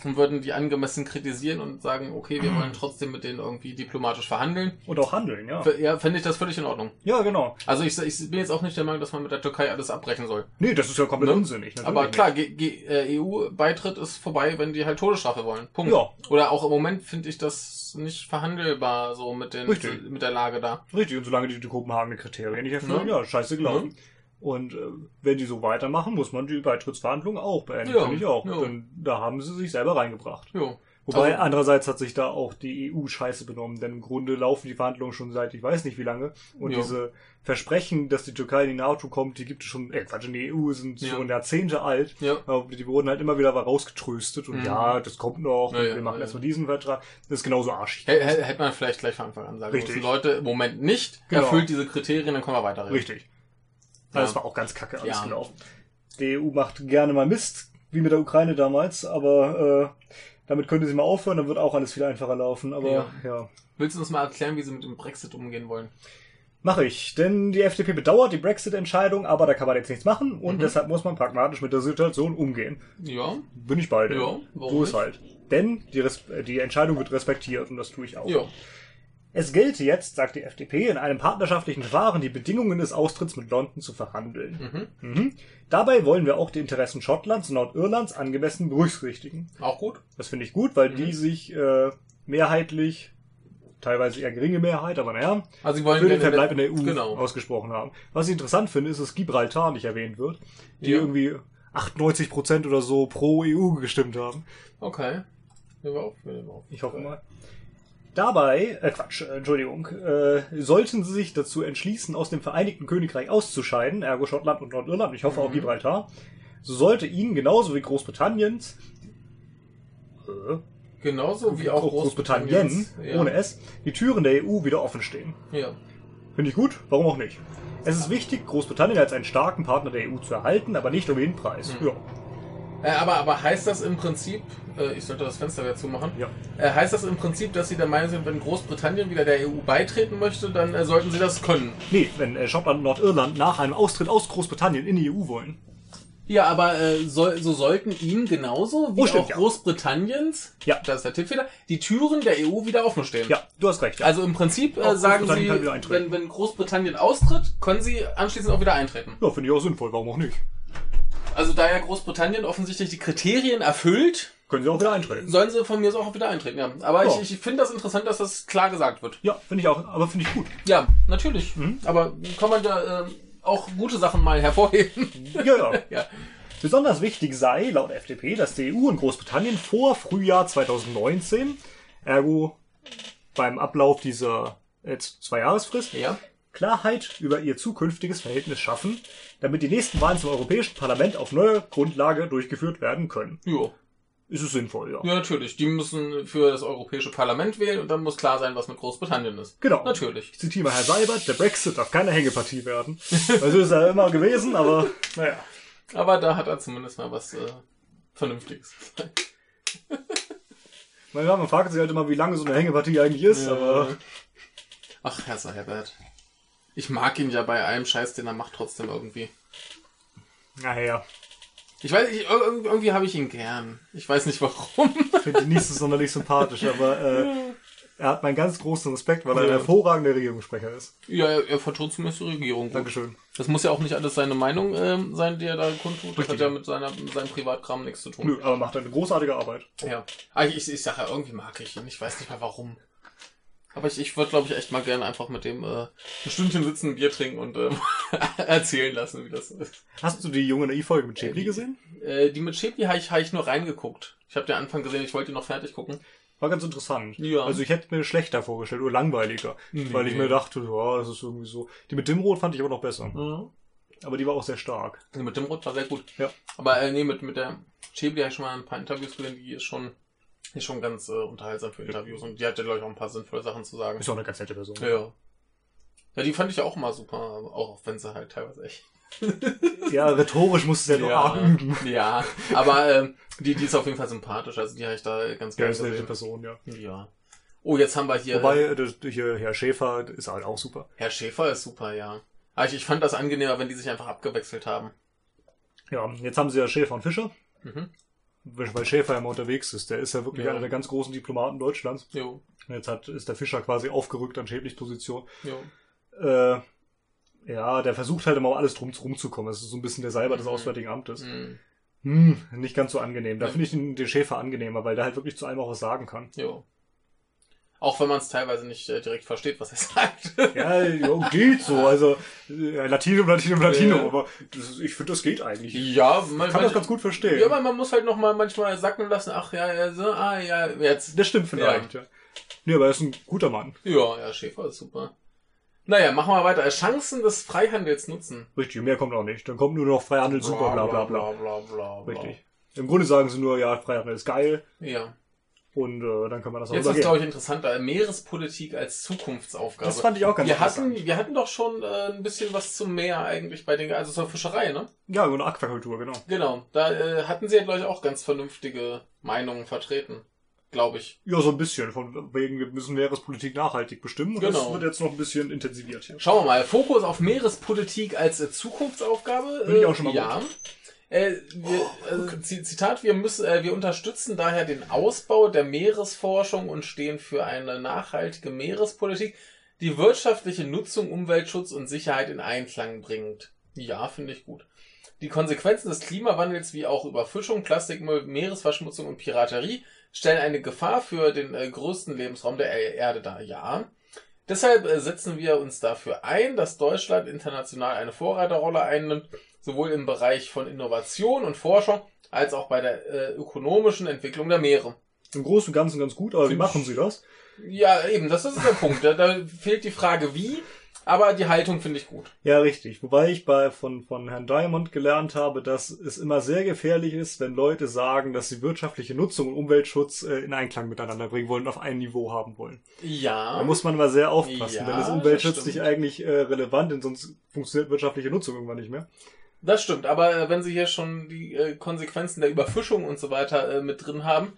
[SPEAKER 1] und würden die angemessen kritisieren und sagen, okay, wir wollen trotzdem mit denen irgendwie diplomatisch verhandeln.
[SPEAKER 2] Und auch handeln, ja.
[SPEAKER 1] F- Ja, fände ich das völlig in Ordnung.
[SPEAKER 2] Ja, genau.
[SPEAKER 1] Also ich, ich bin jetzt auch nicht der Meinung, dass man mit der Türkei alles abbrechen soll.
[SPEAKER 2] Nee, das ist ja komplett
[SPEAKER 1] Ne?
[SPEAKER 2] unsinnig. natürlich
[SPEAKER 1] Aber
[SPEAKER 2] nicht.
[SPEAKER 1] klar, G- G- äh, EU-Beitritt ist vorbei, wenn die halt Todesstrafe wollen. Punkt.
[SPEAKER 2] Ja.
[SPEAKER 1] Oder auch im Moment finde ich das nicht verhandelbar, so mit, den,
[SPEAKER 2] Richtig.
[SPEAKER 1] mit der Lage da.
[SPEAKER 2] Richtig, und solange die, die Kopenhagener Kriterien nicht erfüllen,
[SPEAKER 1] Ja.
[SPEAKER 2] ja, scheiße gelaufen.
[SPEAKER 1] Ne?
[SPEAKER 2] Und äh, wenn die so weitermachen, muss man die Beitrittsverhandlungen auch beenden,
[SPEAKER 1] Ja,
[SPEAKER 2] finde ich auch.
[SPEAKER 1] ja.
[SPEAKER 2] Denn da haben sie sich selber reingebracht.
[SPEAKER 1] Jo.
[SPEAKER 2] Wobei
[SPEAKER 1] Also-
[SPEAKER 2] andererseits hat sich da auch die EU scheiße benommen, denn im Grunde laufen die Verhandlungen schon seit ich weiß nicht wie lange. Und
[SPEAKER 1] Ja.
[SPEAKER 2] diese Versprechen, dass die Türkei in die NATO kommt, die gibt es schon, äh, Quatsch, in die EU sind
[SPEAKER 1] Ja.
[SPEAKER 2] schon Jahrzehnte alt.
[SPEAKER 1] Ja.
[SPEAKER 2] Aber Die wurden halt immer wieder rausgetröstet und
[SPEAKER 1] Mhm.
[SPEAKER 2] ja, das kommt noch,
[SPEAKER 1] Ja,
[SPEAKER 2] und
[SPEAKER 1] ja,
[SPEAKER 2] wir machen
[SPEAKER 1] ja.
[SPEAKER 2] erstmal diesen Vertrag. Das ist genauso arschig.
[SPEAKER 1] H- h- Hätte man vielleicht gleich von Anfang an sagen
[SPEAKER 2] Richtig.
[SPEAKER 1] müssen. Leute, im Moment nicht.
[SPEAKER 2] Genau.
[SPEAKER 1] Erfüllt diese Kriterien, dann können wir weiterreden.
[SPEAKER 2] Richtig.
[SPEAKER 1] Ja.
[SPEAKER 2] Das war auch ganz kacke alles
[SPEAKER 1] Ja.
[SPEAKER 2] gelaufen. Die EU macht gerne mal Mist, wie mit der Ukraine damals, aber äh, damit könnte sie mal aufhören, dann wird auch alles viel einfacher laufen. Aber
[SPEAKER 1] Ja.
[SPEAKER 2] ja.
[SPEAKER 1] Willst du uns mal erklären, wie sie mit dem Brexit umgehen wollen?
[SPEAKER 2] Mache ich, denn die FDP bedauert die Brexit-Entscheidung, aber da kann man jetzt nichts machen und
[SPEAKER 1] Mhm.
[SPEAKER 2] deshalb muss man pragmatisch mit der Situation umgehen.
[SPEAKER 1] Ja,
[SPEAKER 2] Bin ich beide.
[SPEAKER 1] Ja, warum
[SPEAKER 2] so ist
[SPEAKER 1] nicht?
[SPEAKER 2] halt. Denn die, Res äh, die Entscheidung wird respektiert und das tue ich auch.
[SPEAKER 1] ja.
[SPEAKER 2] Es gilt jetzt, sagt die FDP, in einem partnerschaftlichen Verfahren die Bedingungen des Austritts mit London zu verhandeln.
[SPEAKER 1] Mhm.
[SPEAKER 2] Mhm. Dabei wollen wir auch die Interessen Schottlands und Nordirlands angemessen berücksichtigen.
[SPEAKER 1] Auch gut.
[SPEAKER 2] Das finde ich gut, weil
[SPEAKER 1] Mhm.
[SPEAKER 2] die sich äh, mehrheitlich, teilweise eher geringe Mehrheit, aber naja,
[SPEAKER 1] Also sie wollen
[SPEAKER 2] für den
[SPEAKER 1] gerne-
[SPEAKER 2] Verbleib in der E EU
[SPEAKER 1] Genau.
[SPEAKER 2] ausgesprochen haben. Was ich interessant finde, ist, dass Gibraltar nicht erwähnt wird, die
[SPEAKER 1] Ja.
[SPEAKER 2] irgendwie 98 Prozent oder so pro EU gestimmt haben.
[SPEAKER 1] Okay. Nehmen wir auf, wir nehmen auf.
[SPEAKER 2] Ich hoffe mal. Dabei, äh Quatsch, äh, Entschuldigung, äh, sollten sie sich dazu entschließen, aus dem Vereinigten Königreich auszuscheiden, ergo Schottland und Nordirland, ich hoffe auch
[SPEAKER 1] Mhm.
[SPEAKER 2] Gibraltar, so sollte ihnen genauso wie Großbritanniens, äh,
[SPEAKER 1] Genauso wie auch Großbritannien.
[SPEAKER 2] Großbritannien, ohne S, die Türen der EU wieder offen stehen.
[SPEAKER 1] Ja.
[SPEAKER 2] Finde ich gut, warum auch nicht. Es ist wichtig, Großbritannien als einen starken Partner der EU zu erhalten, aber nicht um jeden Preis.
[SPEAKER 1] Mhm.
[SPEAKER 2] Ja.
[SPEAKER 1] Äh, aber, aber heißt das im Prinzip, äh, ich sollte das Fenster wieder zumachen,
[SPEAKER 2] Ja.
[SPEAKER 1] äh, heißt das im Prinzip, dass sie der Meinung sind, wenn Großbritannien wieder der EU beitreten möchte, dann äh, sollten sie das können?
[SPEAKER 2] Nee, wenn äh, Schottland und Nordirland nach einem Austritt aus Großbritannien in die EU E wollen.
[SPEAKER 1] Ja, aber äh, soll, so sollten ihm genauso wie
[SPEAKER 2] Oh, stimmt,
[SPEAKER 1] auch
[SPEAKER 2] ja.
[SPEAKER 1] Großbritanniens,
[SPEAKER 2] Ja.
[SPEAKER 1] das ist der Tipp wieder, die Türen der EU wieder offen stehen.
[SPEAKER 2] Ja, du hast recht. Ja.
[SPEAKER 1] Also im Prinzip
[SPEAKER 2] Auch
[SPEAKER 1] äh, sagen
[SPEAKER 2] Großbritannien
[SPEAKER 1] sie,
[SPEAKER 2] kann wieder eintreten.
[SPEAKER 1] wenn, wenn Großbritannien austritt, können sie anschließend auch wieder eintreten.
[SPEAKER 2] ja, finde ich auch sinnvoll. Warum auch nicht?
[SPEAKER 1] Also da ja Großbritannien offensichtlich die Kriterien erfüllt,
[SPEAKER 2] Können sie auch wieder eintreten.
[SPEAKER 1] sollen sie von mir so auch wieder eintreten. Ja. Aber
[SPEAKER 2] Ja.
[SPEAKER 1] ich, ich finde das interessant, dass das klar gesagt wird.
[SPEAKER 2] Ja, finde ich auch. Aber finde ich gut.
[SPEAKER 1] Ja, natürlich.
[SPEAKER 2] Mhm.
[SPEAKER 1] Aber kann man da äh, auch gute Sachen mal hervorheben.
[SPEAKER 2] Ja, ja.
[SPEAKER 1] ja.
[SPEAKER 2] Besonders wichtig sei, laut FDP, dass die EU und Großbritannien vor Frühjahr 2019, ergo beim Ablauf dieser jetzt Zweijahresfrist,
[SPEAKER 1] Ja.
[SPEAKER 2] Klarheit über ihr zukünftiges Verhältnis schaffen, damit die nächsten Wahlen zum Europäischen Parlament auf neuer Grundlage durchgeführt werden können.
[SPEAKER 1] Jo.
[SPEAKER 2] Ist es sinnvoll, ja.
[SPEAKER 1] Ja, natürlich. Die müssen für das Europäische Parlament wählen und dann muss klar sein, was mit Großbritannien ist.
[SPEAKER 2] Genau.
[SPEAKER 1] Natürlich.
[SPEAKER 2] Ich zitiere mal Herr Seibert, der Brexit darf keine Hängepartie werden. Also ist er immer gewesen, aber naja.
[SPEAKER 1] Aber da hat er zumindest mal was äh, Vernünftiges.
[SPEAKER 2] Man, man fragt sich halt immer, wie lange so eine Hängepartie eigentlich ist, aber
[SPEAKER 1] Ach, Herr Seibert. Ich mag ihn ja bei allem Scheiß, den er macht, trotzdem irgendwie.
[SPEAKER 2] naja.
[SPEAKER 1] Ich weiß, ich, ir- ir- irgendwie habe ich ihn gern. Ich weiß nicht warum.
[SPEAKER 2] Ich finde ihn nicht so sonderlich sympathisch, aber äh, er hat meinen ganz großen Respekt, weil er ein
[SPEAKER 1] Ja.
[SPEAKER 2] hervorragender Regierungssprecher ist.
[SPEAKER 1] Ja, er, er vertritt zumindest die Regierung. Gut.
[SPEAKER 2] Dankeschön.
[SPEAKER 1] Das muss ja auch nicht alles seine Meinung ähm, sein, die er da kundtut. Das hat ja mit, seiner, mit seinem Privatkram nichts zu tun.
[SPEAKER 2] Nö, aber macht eine großartige Arbeit.
[SPEAKER 1] Ja. Ah, Ich, ich sage ja, irgendwie mag ich ihn. Ich weiß nicht mal warum. Aber ich, ich würde, glaube ich, echt mal gerne einfach mit dem äh, ein Stündchen sitzen, Bier trinken und ähm, erzählen lassen, wie das so ist.
[SPEAKER 2] Hast du die junge Naiv-Folge mit Chibli gesehen?
[SPEAKER 1] Äh, die mit Shepi habe ich, hab ich nur reingeguckt. Ich habe den Anfang gesehen, ich wollte ihn noch fertig gucken.
[SPEAKER 2] War ganz interessant.
[SPEAKER 1] Ja.
[SPEAKER 2] Also ich hätte mir schlechter vorgestellt oder langweiliger,
[SPEAKER 1] Nee.
[SPEAKER 2] weil ich mir dachte, ja, das ist irgendwie so. Die mit Dimrod fand ich aber noch besser.
[SPEAKER 1] Mhm.
[SPEAKER 2] Aber die war auch sehr stark.
[SPEAKER 1] Also mit dem Rot war sehr gut.
[SPEAKER 2] Ja.
[SPEAKER 1] Aber äh, nee, mit, mit der Shepi habe ich schon mal ein paar Interviews gesehen, die ist schon, die ist schon ganz äh, unterhaltsam für Interviews und die hatte, glaube ich, auch ein paar sinnvolle Sachen zu sagen.
[SPEAKER 2] Ist ja auch eine ganz nette Person.
[SPEAKER 1] Ja. Ja, die fand ich ja auch mal super, auch wenn sie halt teilweise echt.
[SPEAKER 2] Ja, rhetorisch musst du es ja, ja. noch üben.
[SPEAKER 1] ja. aber ähm, die, die ist auf jeden Fall sympathisch, also die habe ich da ganz
[SPEAKER 2] Ja,
[SPEAKER 1] gerne
[SPEAKER 2] ist eine nette
[SPEAKER 1] gesehen.
[SPEAKER 2] Person, ja.
[SPEAKER 1] Ja. Oh, jetzt haben wir hier.
[SPEAKER 2] Wobei, äh, das, hier, Herr Schäfer ist halt auch super.
[SPEAKER 1] Herr Schäfer ist super, ja. Aber ich, ich fand das angenehmer, wenn die sich einfach abgewechselt haben.
[SPEAKER 2] Ja, jetzt haben sie ja Schäfer und Fischer.
[SPEAKER 1] Mhm.
[SPEAKER 2] Weil Schäfer ja immer unterwegs ist. Der ist ja wirklich
[SPEAKER 1] Ja.
[SPEAKER 2] einer der ganz großen Diplomaten Deutschlands.
[SPEAKER 1] Jo,
[SPEAKER 2] Und jetzt hat, ist der Fischer quasi aufgerückt an Schäblis Position.
[SPEAKER 1] jo.
[SPEAKER 2] Äh, ja, der versucht halt immer um alles drum rumzukommen. Das ist so ein bisschen der Salber des
[SPEAKER 1] Mhm.
[SPEAKER 2] Auswärtigen Amtes.
[SPEAKER 1] Mhm.
[SPEAKER 2] Hm, nicht ganz so angenehm. Da
[SPEAKER 1] Ja.
[SPEAKER 2] finde ich den, den Schäfer angenehmer, weil der halt wirklich zu allem auch was sagen kann.
[SPEAKER 1] jo. Auch wenn man es teilweise nicht äh, direkt versteht, was er sagt.
[SPEAKER 2] Ja, ja geht so. Also äh, Latinum, Latinum, Latinum.
[SPEAKER 1] Ja.
[SPEAKER 2] Aber das, ist- ich finde, das geht eigentlich. Ich
[SPEAKER 1] ja, man,
[SPEAKER 2] kann das ganz gut verstehen.
[SPEAKER 1] ja, aber man muss halt noch mal manchmal sacken lassen. Ach ja, ja, so, ah ja, jetzt.
[SPEAKER 2] das stimmt vielleicht, ja. Nee, aber er ist ein guter Mann.
[SPEAKER 1] Ja, ja, Schäfer ist super. Naja, machen wir weiter. Chancen des Freihandels nutzen.
[SPEAKER 2] Richtig, mehr kommt auch nicht. Dann kommt nur noch Freihandel, super, bla bla bla.
[SPEAKER 1] bla, bla, bla.
[SPEAKER 2] Richtig. Im Grunde sagen sie nur, ja, Freihandel ist geil
[SPEAKER 1] Ja.
[SPEAKER 2] und äh, dann kann man das auch
[SPEAKER 1] Jetzt ist,
[SPEAKER 2] übergehen.
[SPEAKER 1] glaube ich, interessanter. Meerespolitik als Zukunftsaufgabe.
[SPEAKER 2] das fand ich auch ganz
[SPEAKER 1] wir hatten,
[SPEAKER 2] interessant.
[SPEAKER 1] wir hatten doch schon äh, ein bisschen was zum Meer eigentlich bei den, also zur Fischerei, ne?
[SPEAKER 2] ja, so eine Aquakultur, genau.
[SPEAKER 1] Genau. Da äh, hatten sie ja, glaube ich, auch ganz vernünftige Meinungen vertreten. Glaube ich.
[SPEAKER 2] Ja, so ein bisschen. Von wegen, wir müssen Meerespolitik nachhaltig bestimmen. Und das
[SPEAKER 1] Genau.
[SPEAKER 2] wird jetzt noch ein bisschen intensiviert. Ja.
[SPEAKER 1] Schauen wir mal. Fokus auf Meerespolitik als äh, Zukunftsaufgabe.
[SPEAKER 2] Finde ich auch schon mal Oh,
[SPEAKER 1] ja. Äh, wir, äh, Zi- Zitat, wir müssen, äh, wir unterstützen daher den Ausbau der Meeresforschung und stehen für eine nachhaltige Meerespolitik, die wirtschaftliche Nutzung, Umweltschutz und Sicherheit in Einklang bringt. Ja, finde ich gut. Die Konsequenzen des Klimawandels wie auch Überfischung, Plastikmüll, Meeresverschmutzung und Piraterie stellen eine Gefahr für den äh, größten Lebensraum der Er- Erde dar. Ja. Deshalb äh, setzen wir uns dafür ein, dass Deutschland international eine Vorreiterrolle einnimmt, sowohl im Bereich von Innovation und Forschung als auch bei der äh, ökonomischen Entwicklung der Meere.
[SPEAKER 2] Im Großen und Ganzen ganz gut, aber wie
[SPEAKER 1] Find
[SPEAKER 2] machen
[SPEAKER 1] ich-
[SPEAKER 2] sie das?
[SPEAKER 1] Ja, eben, das ist der Punkt. Da, da fehlt die Frage wie, aber die Haltung finde ich gut.
[SPEAKER 2] Ja, richtig. Wobei ich bei, von, von Herrn Diamond gelernt habe, dass es immer sehr gefährlich ist, wenn Leute sagen, dass sie wirtschaftliche Nutzung und Umweltschutz äh, in Einklang miteinander bringen wollen und auf ein Niveau haben wollen.
[SPEAKER 1] Ja.
[SPEAKER 2] Da muss man immer sehr aufpassen,
[SPEAKER 1] Ja,
[SPEAKER 2] denn ist
[SPEAKER 1] das
[SPEAKER 2] umweltschutzlich
[SPEAKER 1] stimmt.
[SPEAKER 2] eigentlich äh, relevant, denn sonst funktioniert wirtschaftliche Nutzung irgendwann nicht mehr.
[SPEAKER 1] Das stimmt, aber äh, wenn sie hier schon die äh, Konsequenzen der Überfischung und so weiter äh, mit drin haben,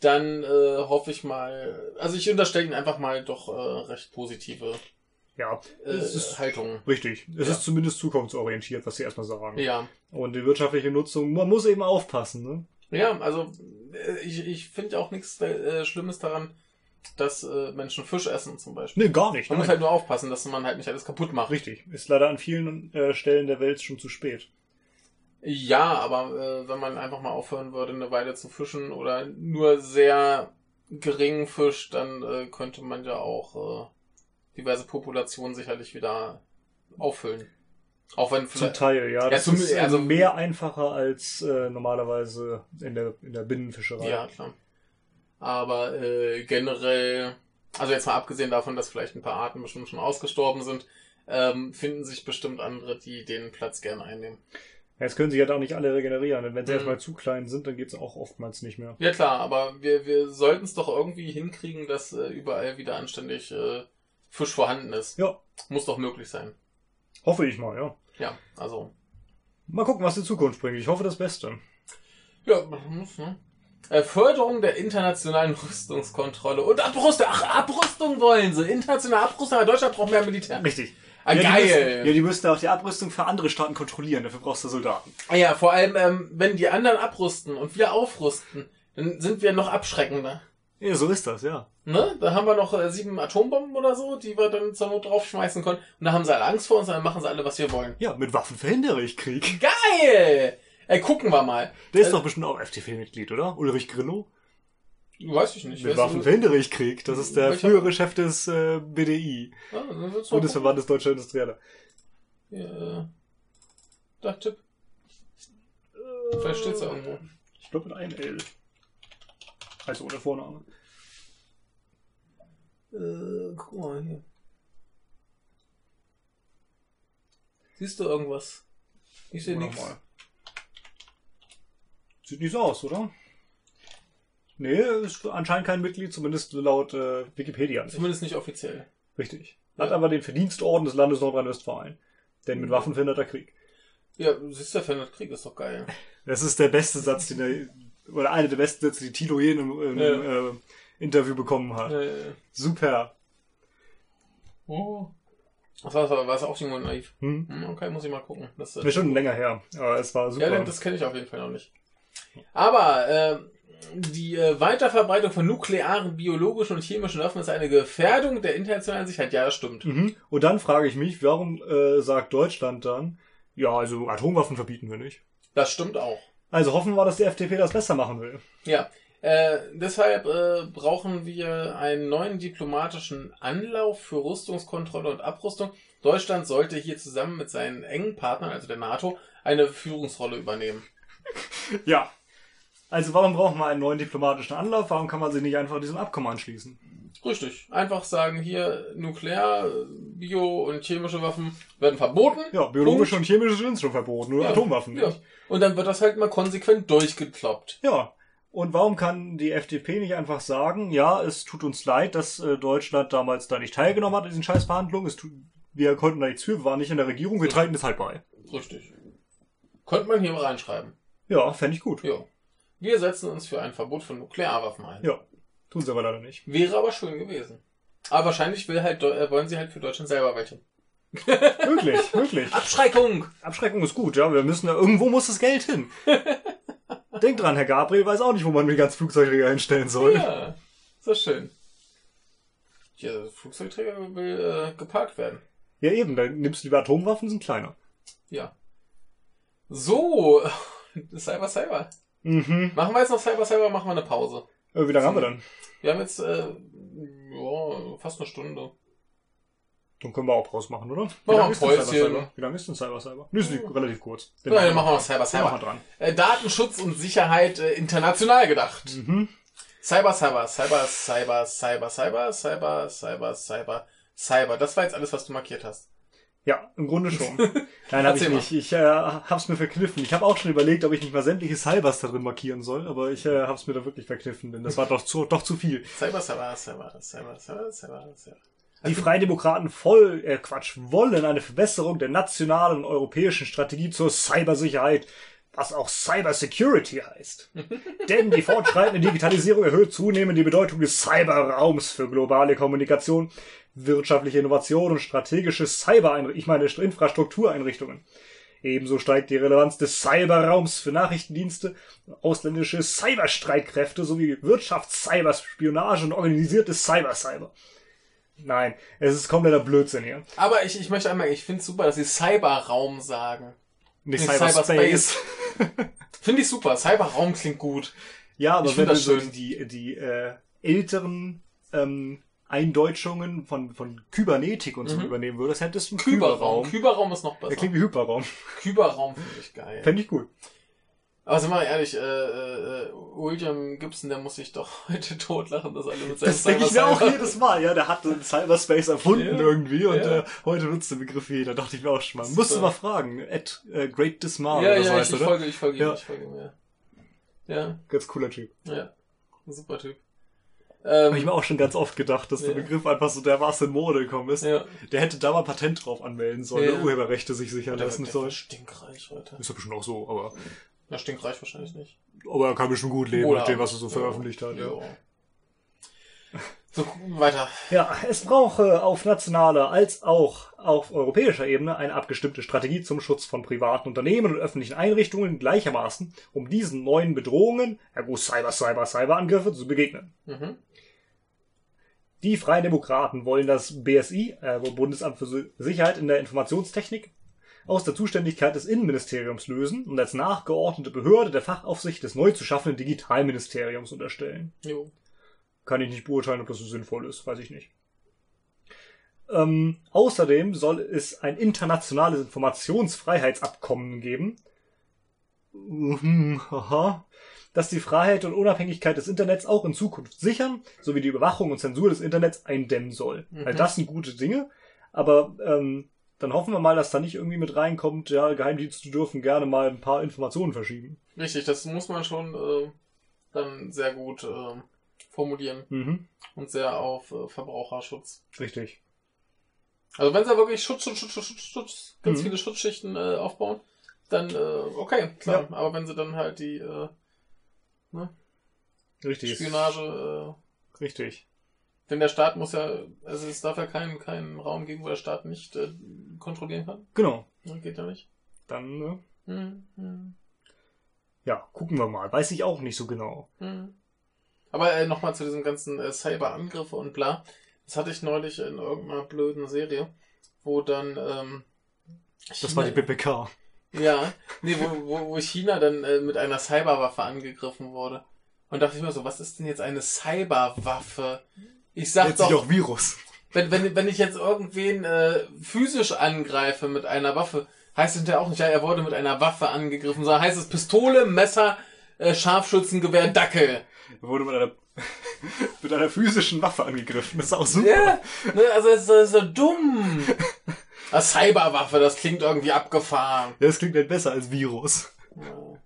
[SPEAKER 1] dann äh, hoffe ich mal, also ich unterstelle ihnen einfach mal doch äh, recht positive
[SPEAKER 2] Ja,
[SPEAKER 1] äh,
[SPEAKER 2] es ist
[SPEAKER 1] Haltung.
[SPEAKER 2] richtig. Es
[SPEAKER 1] Ja.
[SPEAKER 2] ist zumindest zukunftsorientiert, was sie erstmal sagen.
[SPEAKER 1] Ja.
[SPEAKER 2] Und die wirtschaftliche Nutzung, man muss eben aufpassen. Ne?
[SPEAKER 1] Ja, also äh, ich, ich finde ja auch nichts äh, Schlimmes daran, dass äh, Menschen Fisch essen zum Beispiel.
[SPEAKER 2] Nee, gar nicht.
[SPEAKER 1] Man muss
[SPEAKER 2] nein.
[SPEAKER 1] halt nur aufpassen, dass man halt nicht alles kaputt macht.
[SPEAKER 2] Richtig. Ist leider an vielen äh, Stellen der Welt schon zu spät.
[SPEAKER 1] Ja, aber äh, wenn man einfach mal aufhören würde, eine Weile zu fischen oder nur sehr gering fischt, dann äh, könnte man ja auch äh, diverse Populationen sicherlich wieder auffüllen. Auch wenn
[SPEAKER 2] Zum
[SPEAKER 1] vielleicht.
[SPEAKER 2] Teil, ja. Das
[SPEAKER 1] zum-
[SPEAKER 2] ist äh,
[SPEAKER 1] also-
[SPEAKER 2] mehr einfacher als äh, normalerweise in der, in der Binnenfischerei.
[SPEAKER 1] Ja, klar. Aber äh, generell, also jetzt mal abgesehen davon, dass vielleicht ein paar Arten bestimmt schon ausgestorben sind, ähm, finden sich bestimmt andere, die den Platz gerne einnehmen.
[SPEAKER 2] Jetzt können sie ja halt auch nicht alle regenerieren. Und wenn sie
[SPEAKER 1] Mhm.
[SPEAKER 2] erstmal zu klein sind, dann geht's auch oftmals nicht mehr.
[SPEAKER 1] Ja klar, aber wir, wir sollten es doch irgendwie hinkriegen, dass äh, überall wieder anständig äh, Fisch vorhanden ist.
[SPEAKER 2] Ja.
[SPEAKER 1] Muss doch möglich sein.
[SPEAKER 2] Hoffe ich mal, ja.
[SPEAKER 1] Ja, also.
[SPEAKER 2] Mal gucken, was die Zukunft bringt. Ich hoffe das Beste.
[SPEAKER 1] Ja, man muss, ne? Äh, Förderung der internationalen Rüstungskontrolle und Abrüstung. Ach, Abrüstung wollen sie. Internationale Abrüstung, aber Deutschland braucht mehr Militär.
[SPEAKER 2] Richtig.
[SPEAKER 1] Ah, geil.
[SPEAKER 3] Die müssen, ja, die müssen auch die Abrüstung für andere Staaten kontrollieren. Dafür brauchst du Soldaten.
[SPEAKER 1] Ah Ja, vor allem, ähm, wenn die anderen abrüsten und wir aufrüsten, dann sind wir noch abschreckender.
[SPEAKER 3] Ja, so ist das, ja.
[SPEAKER 1] Ne? Da haben wir noch äh, sieben Atombomben oder so, die wir dann zur Not draufschmeißen können. Und da haben sie alle Angst vor uns, und dann machen sie alle, was wir wollen.
[SPEAKER 3] Ja, mit Waffen verhindere ich Krieg.
[SPEAKER 1] Geil! Ey, gucken wir mal.
[SPEAKER 3] Der ist
[SPEAKER 1] Also-
[SPEAKER 3] doch bestimmt auch FDP-Mitglied, oder? Ulrich Grillo?
[SPEAKER 1] Weiß ich nicht.
[SPEAKER 3] Mit
[SPEAKER 1] Weißt
[SPEAKER 3] Waffen
[SPEAKER 1] du-
[SPEAKER 3] verhindere ich Krieg. Das ist der
[SPEAKER 1] Welcher-
[SPEAKER 3] frühere Chef des äh, BDI,
[SPEAKER 1] Ah, dann wird's mal gucken.
[SPEAKER 3] Bundesverbandes Deutscher Industrieller.
[SPEAKER 1] Ja, Da, Tipp. Vielleicht steht's da irgendwo.
[SPEAKER 2] Ich glaube mit einem L. Also ohne Vorname.
[SPEAKER 1] Äh, guck mal hier. Siehst du irgendwas? Ich sehe
[SPEAKER 2] Oder
[SPEAKER 1] nichts.
[SPEAKER 2] mal. Sieht nicht so aus, oder? Nee, ist anscheinend kein Mitglied, zumindest laut äh, Wikipedia. Nicht.
[SPEAKER 1] Zumindest nicht offiziell.
[SPEAKER 2] Richtig. Hat
[SPEAKER 1] Ja.
[SPEAKER 2] aber den Verdienstorden des Landes Nordrhein-Westfalen. Denn mit
[SPEAKER 1] Mhm.
[SPEAKER 2] Waffen verhindert er Krieg.
[SPEAKER 1] Ja, siehst du, der verhindert Krieg ist doch geil.
[SPEAKER 3] Das ist der beste Satz, den er, oder einer der besten Sätze, die Tilo je in einem, in einem äh, Interview bekommen hat.
[SPEAKER 1] äh,
[SPEAKER 3] Super.
[SPEAKER 1] oh. Das war, war, war auch irgendwo naiv.
[SPEAKER 2] Hm?
[SPEAKER 1] Hm, Okay, muss ich mal gucken. Das,
[SPEAKER 2] Das ist
[SPEAKER 1] äh,
[SPEAKER 2] schon länger her, aber es war super.
[SPEAKER 1] ja, das kenne ich auf jeden Fall noch nicht. Aber äh, die äh, Weiterverbreitung von nuklearen, biologischen und chemischen Waffen ist eine Gefährdung der internationalen Sicherheit. Ja, das stimmt.
[SPEAKER 2] mhm.
[SPEAKER 3] Und dann frage ich mich, warum äh, sagt Deutschland dann, ja, also Atomwaffen verbieten wir nicht.
[SPEAKER 1] Das stimmt auch.
[SPEAKER 2] Also hoffen wir, dass die FDP das besser machen will.
[SPEAKER 1] Ja. Äh, deshalb äh, brauchen wir einen neuen diplomatischen Anlauf für Rüstungskontrolle und Abrüstung. Deutschland sollte hier zusammen mit seinen engen Partnern, also der NATO, eine Führungsrolle übernehmen.
[SPEAKER 3] Ja.
[SPEAKER 2] Also warum brauchen wir einen neuen diplomatischen Anlauf? Warum kann man sich nicht einfach diesem Abkommen anschließen?
[SPEAKER 1] Richtig. Einfach sagen, hier Nuklear, Bio und chemische Waffen werden verboten.
[SPEAKER 3] Ja, biologische und chemische sind schon verboten, oder
[SPEAKER 1] Ja.
[SPEAKER 3] Atomwaffen.
[SPEAKER 1] Ja.
[SPEAKER 3] nicht?
[SPEAKER 1] Und dann wird das halt mal konsequent durchgekloppt.
[SPEAKER 2] Ja. Und warum kann die FDP nicht einfach sagen, ja, es tut uns leid, dass äh, Deutschland damals da nicht teilgenommen hat in diesen Scheißverhandlungen. Es tut, wir konnten da nichts für, wir waren nicht in der Regierung, wir treten das halt bei.
[SPEAKER 1] Richtig. Könnte man hier mal reinschreiben.
[SPEAKER 2] Ja, fände ich gut.
[SPEAKER 1] Jo. Wir setzen uns für ein Verbot von Nuklearwaffen ein.
[SPEAKER 2] Ja. Tun sie aber leider nicht.
[SPEAKER 1] Wäre aber schön gewesen. Aber wahrscheinlich will halt, Deu- äh, wollen sie halt für Deutschland selber welche.
[SPEAKER 2] Wirklich, wirklich.
[SPEAKER 1] Abschreckung!
[SPEAKER 2] Abschreckung ist gut, ja. Wir müssen da, irgendwo muss das Geld hin. Denk dran, Herr Gabriel weiß auch nicht, wo man die ganzen Flugzeugträger hinstellen soll.
[SPEAKER 1] Ja, ist das schön. Ja, der Flugzeugträger will äh, geparkt werden.
[SPEAKER 2] Ja, eben, dann nimmst du lieber Atomwaffen, sind kleiner.
[SPEAKER 1] Ja. So, Cyber Cyber.
[SPEAKER 2] Mhm.
[SPEAKER 1] Machen wir jetzt noch Cyber Cyber, machen wir eine Pause.
[SPEAKER 2] Äh, wie lange haben wir dann?
[SPEAKER 1] Wir haben jetzt äh, ja, fast eine Stunde.
[SPEAKER 2] Dann können wir auch Pause machen, oder? Wie
[SPEAKER 1] wir
[SPEAKER 2] lange
[SPEAKER 1] ein
[SPEAKER 2] ist denn Cyber
[SPEAKER 1] Päuschen.
[SPEAKER 2] Cyber? Wie lange ist denn Cyber Cyber? Hm. Nee, ist nicht, relativ kurz. Den
[SPEAKER 1] Nein, Genau, dann machen wir noch Cyber
[SPEAKER 2] den machen
[SPEAKER 1] Cyber.
[SPEAKER 2] wir dran.
[SPEAKER 1] Äh, Datenschutz und Sicherheit äh, international gedacht.
[SPEAKER 2] Mhm.
[SPEAKER 1] Cyber, Cyber, Cyber, Cyber, Cyber, Cyber, Cyber, Cyber, Cyber, Cyber. Das war jetzt alles, was du markiert hast.
[SPEAKER 2] Ja, im Grunde schon. Nein, habe ich
[SPEAKER 1] Erzähl mal.
[SPEAKER 2] nicht. Ich äh, hab's mir verkniffen. Ich habe auch schon überlegt, ob ich nicht mal sämtliche Cybers da drin markieren soll, aber ich äh, hab's mir da wirklich verkniffen, denn das war doch zu, doch zu viel.
[SPEAKER 1] Cyber, Cyber, Cyber, Cyber, Cyber, Cyber, Cyber.
[SPEAKER 2] Die Freien Demokraten voll, äh, Quatsch, wollen eine Verbesserung der nationalen und europäischen Strategie zur Cybersicherheit, was auch Cybersecurity heißt. Denn die fortschreitende Digitalisierung erhöht zunehmend die Bedeutung des Cyberraums für globale Kommunikation, wirtschaftliche Innovation und strategische Cyber, ich meine Infrastruktureinrichtungen. Ebenso steigt die Relevanz des Cyberraums für Nachrichtendienste, ausländische Cyberstreitkräfte sowie Wirtschafts-Cyberspionage und organisiertes Cyber-Cyber. Nein, es ist kompletter Blödsinn hier.
[SPEAKER 1] Aber ich, ich möchte einmal, ich finde super, dass sie Cyberraum sagen.
[SPEAKER 2] Nicht Cyberspace.
[SPEAKER 1] finde ich super. Cyberraum klingt gut.
[SPEAKER 2] Ja, aber
[SPEAKER 1] Ich
[SPEAKER 2] wenn
[SPEAKER 1] find
[SPEAKER 2] du
[SPEAKER 1] das
[SPEAKER 2] so
[SPEAKER 1] schön.
[SPEAKER 2] die, die äh, älteren ähm, Eindeutschungen von, von Kybernetik und so
[SPEAKER 1] Mhm.
[SPEAKER 2] übernehmen würdest, hättest du einen
[SPEAKER 1] Kyberraum.
[SPEAKER 2] Kyberraum.
[SPEAKER 1] Kyberraum ist noch
[SPEAKER 2] Der
[SPEAKER 1] besser.
[SPEAKER 2] klingt wie Hyperraum.
[SPEAKER 1] Kyberraum finde ich geil.
[SPEAKER 2] Fände ich gut.
[SPEAKER 1] Aber sind wir mal ehrlich, äh, äh, äh, William Gibson, der muss sich doch heute totlachen, dass alle mit seinem
[SPEAKER 2] Das denke ich mir
[SPEAKER 1] Cyber-
[SPEAKER 2] auch jedes Mal. Ja, der hat den Cyberspace erfunden
[SPEAKER 1] Ja.
[SPEAKER 2] irgendwie und
[SPEAKER 1] Ja.
[SPEAKER 2] äh, heute nutzt den Begriff jeder. Dachte ich mir auch schon mal.
[SPEAKER 1] Super.
[SPEAKER 2] Musst du mal fragen. At äh, Great Dismal
[SPEAKER 1] Ja,
[SPEAKER 2] oder so
[SPEAKER 1] ja, ich,
[SPEAKER 2] heißt
[SPEAKER 1] ich
[SPEAKER 2] oder?
[SPEAKER 1] folge, ich folge ihm,
[SPEAKER 2] Ja.
[SPEAKER 1] ich folge ihm, ja. Ja,
[SPEAKER 2] Ganz cooler Typ.
[SPEAKER 1] ja. Ein Super Typ.
[SPEAKER 2] Habe ich
[SPEAKER 1] Ähm,
[SPEAKER 2] mir auch schon ganz oft gedacht, dass
[SPEAKER 1] Ja.
[SPEAKER 2] der Begriff einfach so dermaßen in Mode gekommen ist.
[SPEAKER 1] ja.
[SPEAKER 2] Der hätte da mal Patent drauf anmelden sollen,
[SPEAKER 1] Ja.
[SPEAKER 2] ne? Urheberrechte sich sichern
[SPEAKER 1] Der,
[SPEAKER 2] lassen
[SPEAKER 1] der war
[SPEAKER 2] sollen.
[SPEAKER 1] stinkreich, Alter.
[SPEAKER 2] Ist ja bestimmt auch so, aber,
[SPEAKER 1] Na, stinkreich wahrscheinlich nicht.
[SPEAKER 2] aber er kann bestimmt gut leben
[SPEAKER 1] Oder-
[SPEAKER 2] mit dem, was er so
[SPEAKER 1] ja.
[SPEAKER 2] veröffentlicht hat.
[SPEAKER 1] Ja. So, weiter.
[SPEAKER 2] Ja, es brauche äh, auf nationaler als auch auf europäischer Ebene eine abgestimmte Strategie zum Schutz von privaten Unternehmen und öffentlichen Einrichtungen gleichermaßen, um diesen neuen Bedrohungen, ergo Cyber, Cyber, Cyberangriffe, zu begegnen.
[SPEAKER 1] Mhm.
[SPEAKER 2] Die Freien Demokraten wollen das BSI, ergo äh, Bundesamt für Sicherheit in der Informationstechnik, aus der Zuständigkeit des Innenministeriums lösen und als nachgeordnete Behörde der Fachaufsicht des neu zu schaffenden Digitalministeriums unterstellen.
[SPEAKER 1] Jo.
[SPEAKER 2] Kann ich nicht beurteilen, ob das so sinnvoll ist, weiß ich nicht. Ähm, außerdem soll es ein internationales Informationsfreiheitsabkommen geben, mhm, aha, das die Freiheit und Unabhängigkeit des Internets auch in Zukunft sichern, sowie die Überwachung und Zensur des Internets eindämmen soll.
[SPEAKER 1] Mhm.
[SPEAKER 2] Also das sind gute Dinge, aber ähm, dann hoffen wir mal, dass da nicht irgendwie mit reinkommt, ja, Geheimdienste dürfen gerne mal ein paar Informationen verschieben.
[SPEAKER 1] Richtig, das muss man schon äh, dann sehr gut äh, formulieren
[SPEAKER 2] Mhm,
[SPEAKER 1] und sehr auf äh, Verbraucherschutz
[SPEAKER 2] richtig.
[SPEAKER 1] Also wenn sie wirklich Schutz, Schutz, Schutz, Schutz, Schutz, Schutz ganz
[SPEAKER 2] Mhm.
[SPEAKER 1] viele Schutzschichten äh, aufbauen, dann äh, okay, klar. Aber wenn sie dann halt die äh,
[SPEAKER 2] Richtig.
[SPEAKER 1] Spionage, äh,
[SPEAKER 2] Richtig.
[SPEAKER 1] denn der Staat muss ja, also es darf ja keinen keinen Raum geben, wo der Staat nicht äh, kontrollieren kann.
[SPEAKER 2] Genau.
[SPEAKER 1] Ne, Geht ja nicht.
[SPEAKER 2] Dann, ne?
[SPEAKER 1] Hm, hm,
[SPEAKER 2] Ja, gucken wir mal. Weiß ich auch nicht so genau.
[SPEAKER 1] hm. Aber äh, nochmal zu diesem ganzen äh, Cyberangriffe und bla. Das hatte ich neulich in irgendeiner blöden Serie, wo dann ähm,
[SPEAKER 2] Das war die
[SPEAKER 1] China-
[SPEAKER 2] BPK.
[SPEAKER 1] Ja, nee, wo, wo, wo China dann äh, mit einer Cyberwaffe angegriffen wurde. Und dachte ich mir so, was ist denn jetzt eine Cyberwaffe? Ich sag
[SPEAKER 2] Nennt sich
[SPEAKER 1] doch,
[SPEAKER 2] auch Virus.
[SPEAKER 1] wenn, wenn, wenn ich jetzt irgendwen äh, physisch angreife mit einer Waffe, heißt es hinterher auch nicht, ja, er wurde mit einer Waffe angegriffen, sondern heißt es Pistole, Messer, äh, Scharfschützengewehr, Dackel.
[SPEAKER 2] Er wurde mit einer, mit einer physischen Waffe angegriffen. Das ist auch super.
[SPEAKER 1] Ja, ne, also das ist, das ist so dumm. Eine Cyberwaffe, das klingt irgendwie abgefahren.
[SPEAKER 2] Ja, das klingt halt besser als Virus.
[SPEAKER 1] Ja.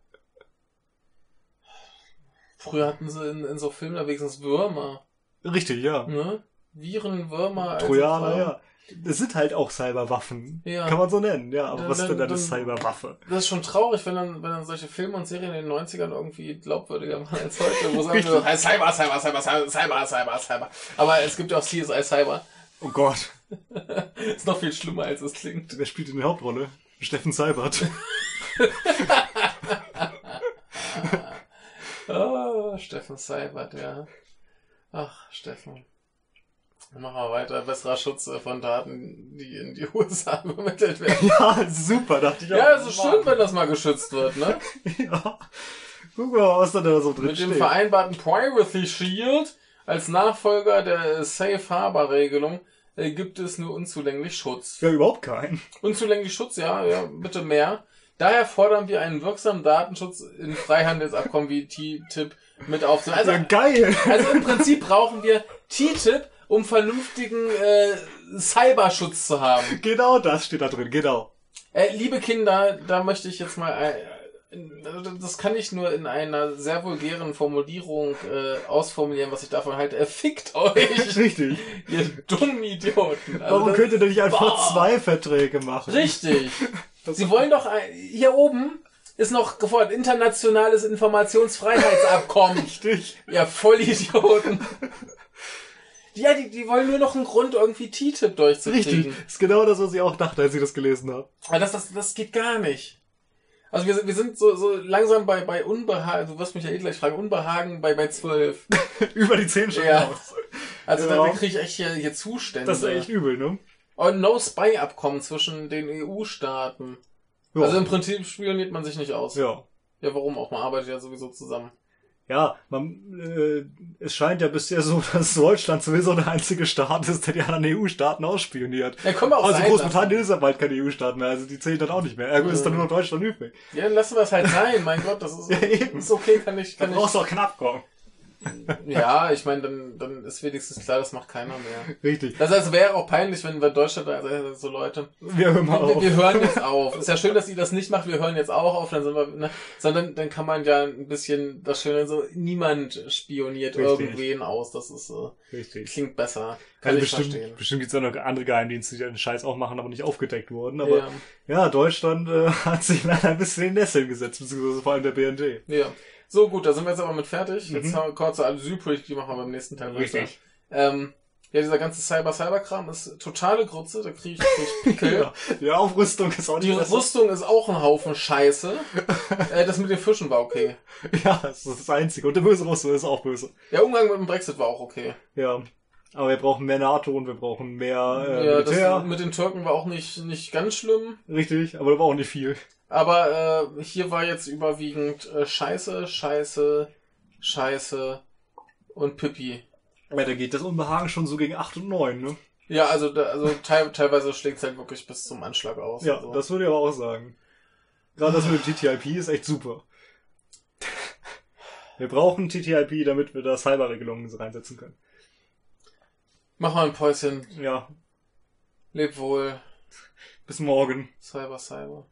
[SPEAKER 1] Früher hatten sie in, in so Filmen da wenigstens Würmer.
[SPEAKER 2] Richtig, ja.
[SPEAKER 1] Ne? Viren, Würmer. also
[SPEAKER 2] Trojaner,
[SPEAKER 1] Frauen.
[SPEAKER 2] ja. Das sind halt auch Cyberwaffen.
[SPEAKER 1] Ja.
[SPEAKER 2] Kann man so nennen, ja. Aber
[SPEAKER 1] Dann-
[SPEAKER 2] was ist denn
[SPEAKER 1] dann-
[SPEAKER 2] da eine Cyberwaffe?
[SPEAKER 1] Das ist schon traurig, wenn dann, wenn dann solche Filme und Serien in den 90ern irgendwie glaubwürdiger waren als heute. Wo sagen
[SPEAKER 2] Richtig.
[SPEAKER 1] wir, Cyber, Cyber, Cyber, Cyber, Cyber, Cyber, Cyber. Aber es gibt ja auch CSI Cyber.
[SPEAKER 2] Oh Gott.
[SPEAKER 1] Ist noch viel schlimmer, als es klingt.
[SPEAKER 2] Wer spielt in der Hauptrolle? Steffen Seibert.
[SPEAKER 1] Oh, Steffen Seibert, ja. Ach, Steffen. Dann Machen wir weiter. Besserer Schutz äh, von Daten, die in die USA übermittelt werden.
[SPEAKER 2] ja, super, dachte ich auch.
[SPEAKER 1] Ja, es ist schön, wenn das mal geschützt wird, ne?
[SPEAKER 2] Ja. Guck mal, was da da so drin
[SPEAKER 1] Mit dem
[SPEAKER 2] steht.
[SPEAKER 1] vereinbarten Privacy Shield als Nachfolger der äh, Safe Harbor Regelung äh, gibt es nur unzulänglich Schutz.
[SPEAKER 2] Ja, überhaupt keinen.
[SPEAKER 1] Unzulänglich Schutz, ja, ja, bitte mehr. Daher fordern wir einen wirksamen Datenschutz in Freihandelsabkommen wie TTIP mit aufzunehmen.
[SPEAKER 2] Ja,
[SPEAKER 1] Also,
[SPEAKER 2] geil.
[SPEAKER 1] also im Prinzip brauchen wir TTIP, um vernünftigen äh, Cyberschutz zu haben.
[SPEAKER 2] Genau das steht da drin, genau.
[SPEAKER 1] Äh, liebe Kinder, da möchte ich jetzt mal. Äh, das kann ich nur in einer sehr vulgären Formulierung äh, ausformulieren, was ich davon halte. Äh, fickt euch,
[SPEAKER 2] Richtig.
[SPEAKER 1] ihr dummen Idioten. Also
[SPEAKER 2] Warum
[SPEAKER 1] das-
[SPEAKER 2] könnt ihr denn nicht einfach
[SPEAKER 1] Boah.
[SPEAKER 2] zwei Verträge machen?
[SPEAKER 1] Richtig.
[SPEAKER 2] Das-
[SPEAKER 1] Sie wollen doch. Ein, hier oben ist noch gefordert: internationales Informationsfreiheitsabkommen.
[SPEAKER 2] Richtig.
[SPEAKER 1] ihr Vollidioten. Ja, die, die wollen nur noch einen Grund, irgendwie TTIP durchzukriegen.
[SPEAKER 2] Richtig. Ist genau das, was ich auch dachte, als ich das gelesen habe.
[SPEAKER 1] Aber das, das, das geht gar nicht. Also wir sind, wir sind so, so langsam bei, bei Unbehagen, du wirst mich ja eh gleich fragen, Unbehagen bei, bei 12.
[SPEAKER 2] Über die 10 schon
[SPEAKER 1] Ja.
[SPEAKER 2] raus.
[SPEAKER 1] Also
[SPEAKER 2] Genau.
[SPEAKER 1] da kriege ich echt hier, hier Zustände.
[SPEAKER 2] Das ist echt übel, ne?
[SPEAKER 1] Und No-Spy-Abkommen zwischen den EU-Staaten.
[SPEAKER 2] Ja.
[SPEAKER 1] Also im Prinzip spioniert man sich nicht aus. Ja,
[SPEAKER 2] ja.
[SPEAKER 1] warum auch? Man arbeitet ja sowieso zusammen.
[SPEAKER 2] Ja, man, äh, es scheint ja bisher so, dass Deutschland sowieso der einzige Staat ist, der die anderen EU-Staaten ausspioniert.
[SPEAKER 1] Ja, können wir auch
[SPEAKER 2] Also
[SPEAKER 1] sein
[SPEAKER 2] Großbritannien ist ja bald kein EU-Staat mehr, also die zählen dann auch nicht mehr. Ergo ist dann
[SPEAKER 1] Mhm.
[SPEAKER 2] nur noch Deutschland übrig.
[SPEAKER 1] lassen. Ja, dann lassen wir es halt sein. Mein Gott, das ist,
[SPEAKER 2] Ja, eben.
[SPEAKER 1] ist okay, kann ich,
[SPEAKER 2] Da
[SPEAKER 1] kann
[SPEAKER 2] brauchst du auch knapp kommen.
[SPEAKER 1] ich. Ja, ich meine, dann, dann ist wenigstens klar, das macht keiner mehr.
[SPEAKER 2] Richtig.
[SPEAKER 1] Das heißt, wäre auch peinlich, wenn wir Deutschland also so Leute.
[SPEAKER 2] Wir hören mal
[SPEAKER 1] Wir,
[SPEAKER 2] auf.
[SPEAKER 1] wir hören jetzt auf. Ist ja schön, dass ihr das nicht macht. Wir hören jetzt auch auf. Dann sind wir, ne? Sondern dann kann man ja ein bisschen das Schöne so. Niemand spioniert
[SPEAKER 2] Richtig.
[SPEAKER 1] irgendwen aus. Das ist äh,
[SPEAKER 2] Richtig.
[SPEAKER 1] klingt besser. Kann
[SPEAKER 2] Also
[SPEAKER 1] ich
[SPEAKER 2] bestimmt,
[SPEAKER 1] verstehen.
[SPEAKER 2] bestimmt gibt's ja noch andere Geheimdienste, die den Scheiß auch machen, aber nicht aufgedeckt wurden. Aber
[SPEAKER 1] ja,
[SPEAKER 2] Ja, Deutschland äh, hat sich leider ein bisschen in Nesseln gesetzt, beziehungsweise vor allem der BND.
[SPEAKER 1] ja. So gut, da sind wir jetzt aber mit fertig. Jetzt
[SPEAKER 2] Mhm.
[SPEAKER 1] haben wir kurz Asylpolitik, die machen wir beim nächsten Teil weiter.
[SPEAKER 2] Richtig.
[SPEAKER 1] Ähm, ja, dieser ganze Cyber-Cyber-Kram ist totale Grütze. Da kriege ich, krieg ich Pickel.
[SPEAKER 2] Ja, die Aufrüstung ist auch
[SPEAKER 1] Die
[SPEAKER 2] nicht besser.
[SPEAKER 1] Rüstung ist auch ein Haufen Scheiße. äh, das mit den Fischen war okay.
[SPEAKER 2] Ja, das ist das Einzige. Und der böse Russe ist auch böse.
[SPEAKER 1] Der Umgang mit dem Brexit war auch okay.
[SPEAKER 2] Ja. Aber wir brauchen mehr NATO und wir brauchen mehr äh,
[SPEAKER 1] ja, das
[SPEAKER 2] Militär.
[SPEAKER 1] mit den Türken war auch nicht, nicht ganz schlimm.
[SPEAKER 2] Richtig, aber wir brauchen nicht viel.
[SPEAKER 1] Aber äh, hier war jetzt überwiegend äh, Scheiße, Scheiße, Scheiße und Pippi.
[SPEAKER 2] Ja, da geht das Unbehagen schon so gegen 8 und 9, ne?
[SPEAKER 1] Ja, also, da, also teil, teilweise schlägt es halt wirklich bis zum Anschlag aus.
[SPEAKER 2] Ja,
[SPEAKER 1] also.
[SPEAKER 2] das würde ich aber auch sagen. Gerade das mit dem TTIP ist echt super. Wir brauchen TTIP, damit wir da Cyberregelungen reinsetzen können.
[SPEAKER 1] Mach mal ein Päuschen.
[SPEAKER 2] Ja,
[SPEAKER 1] Leb wohl.
[SPEAKER 2] bis morgen.
[SPEAKER 1] Cyber, Cyber.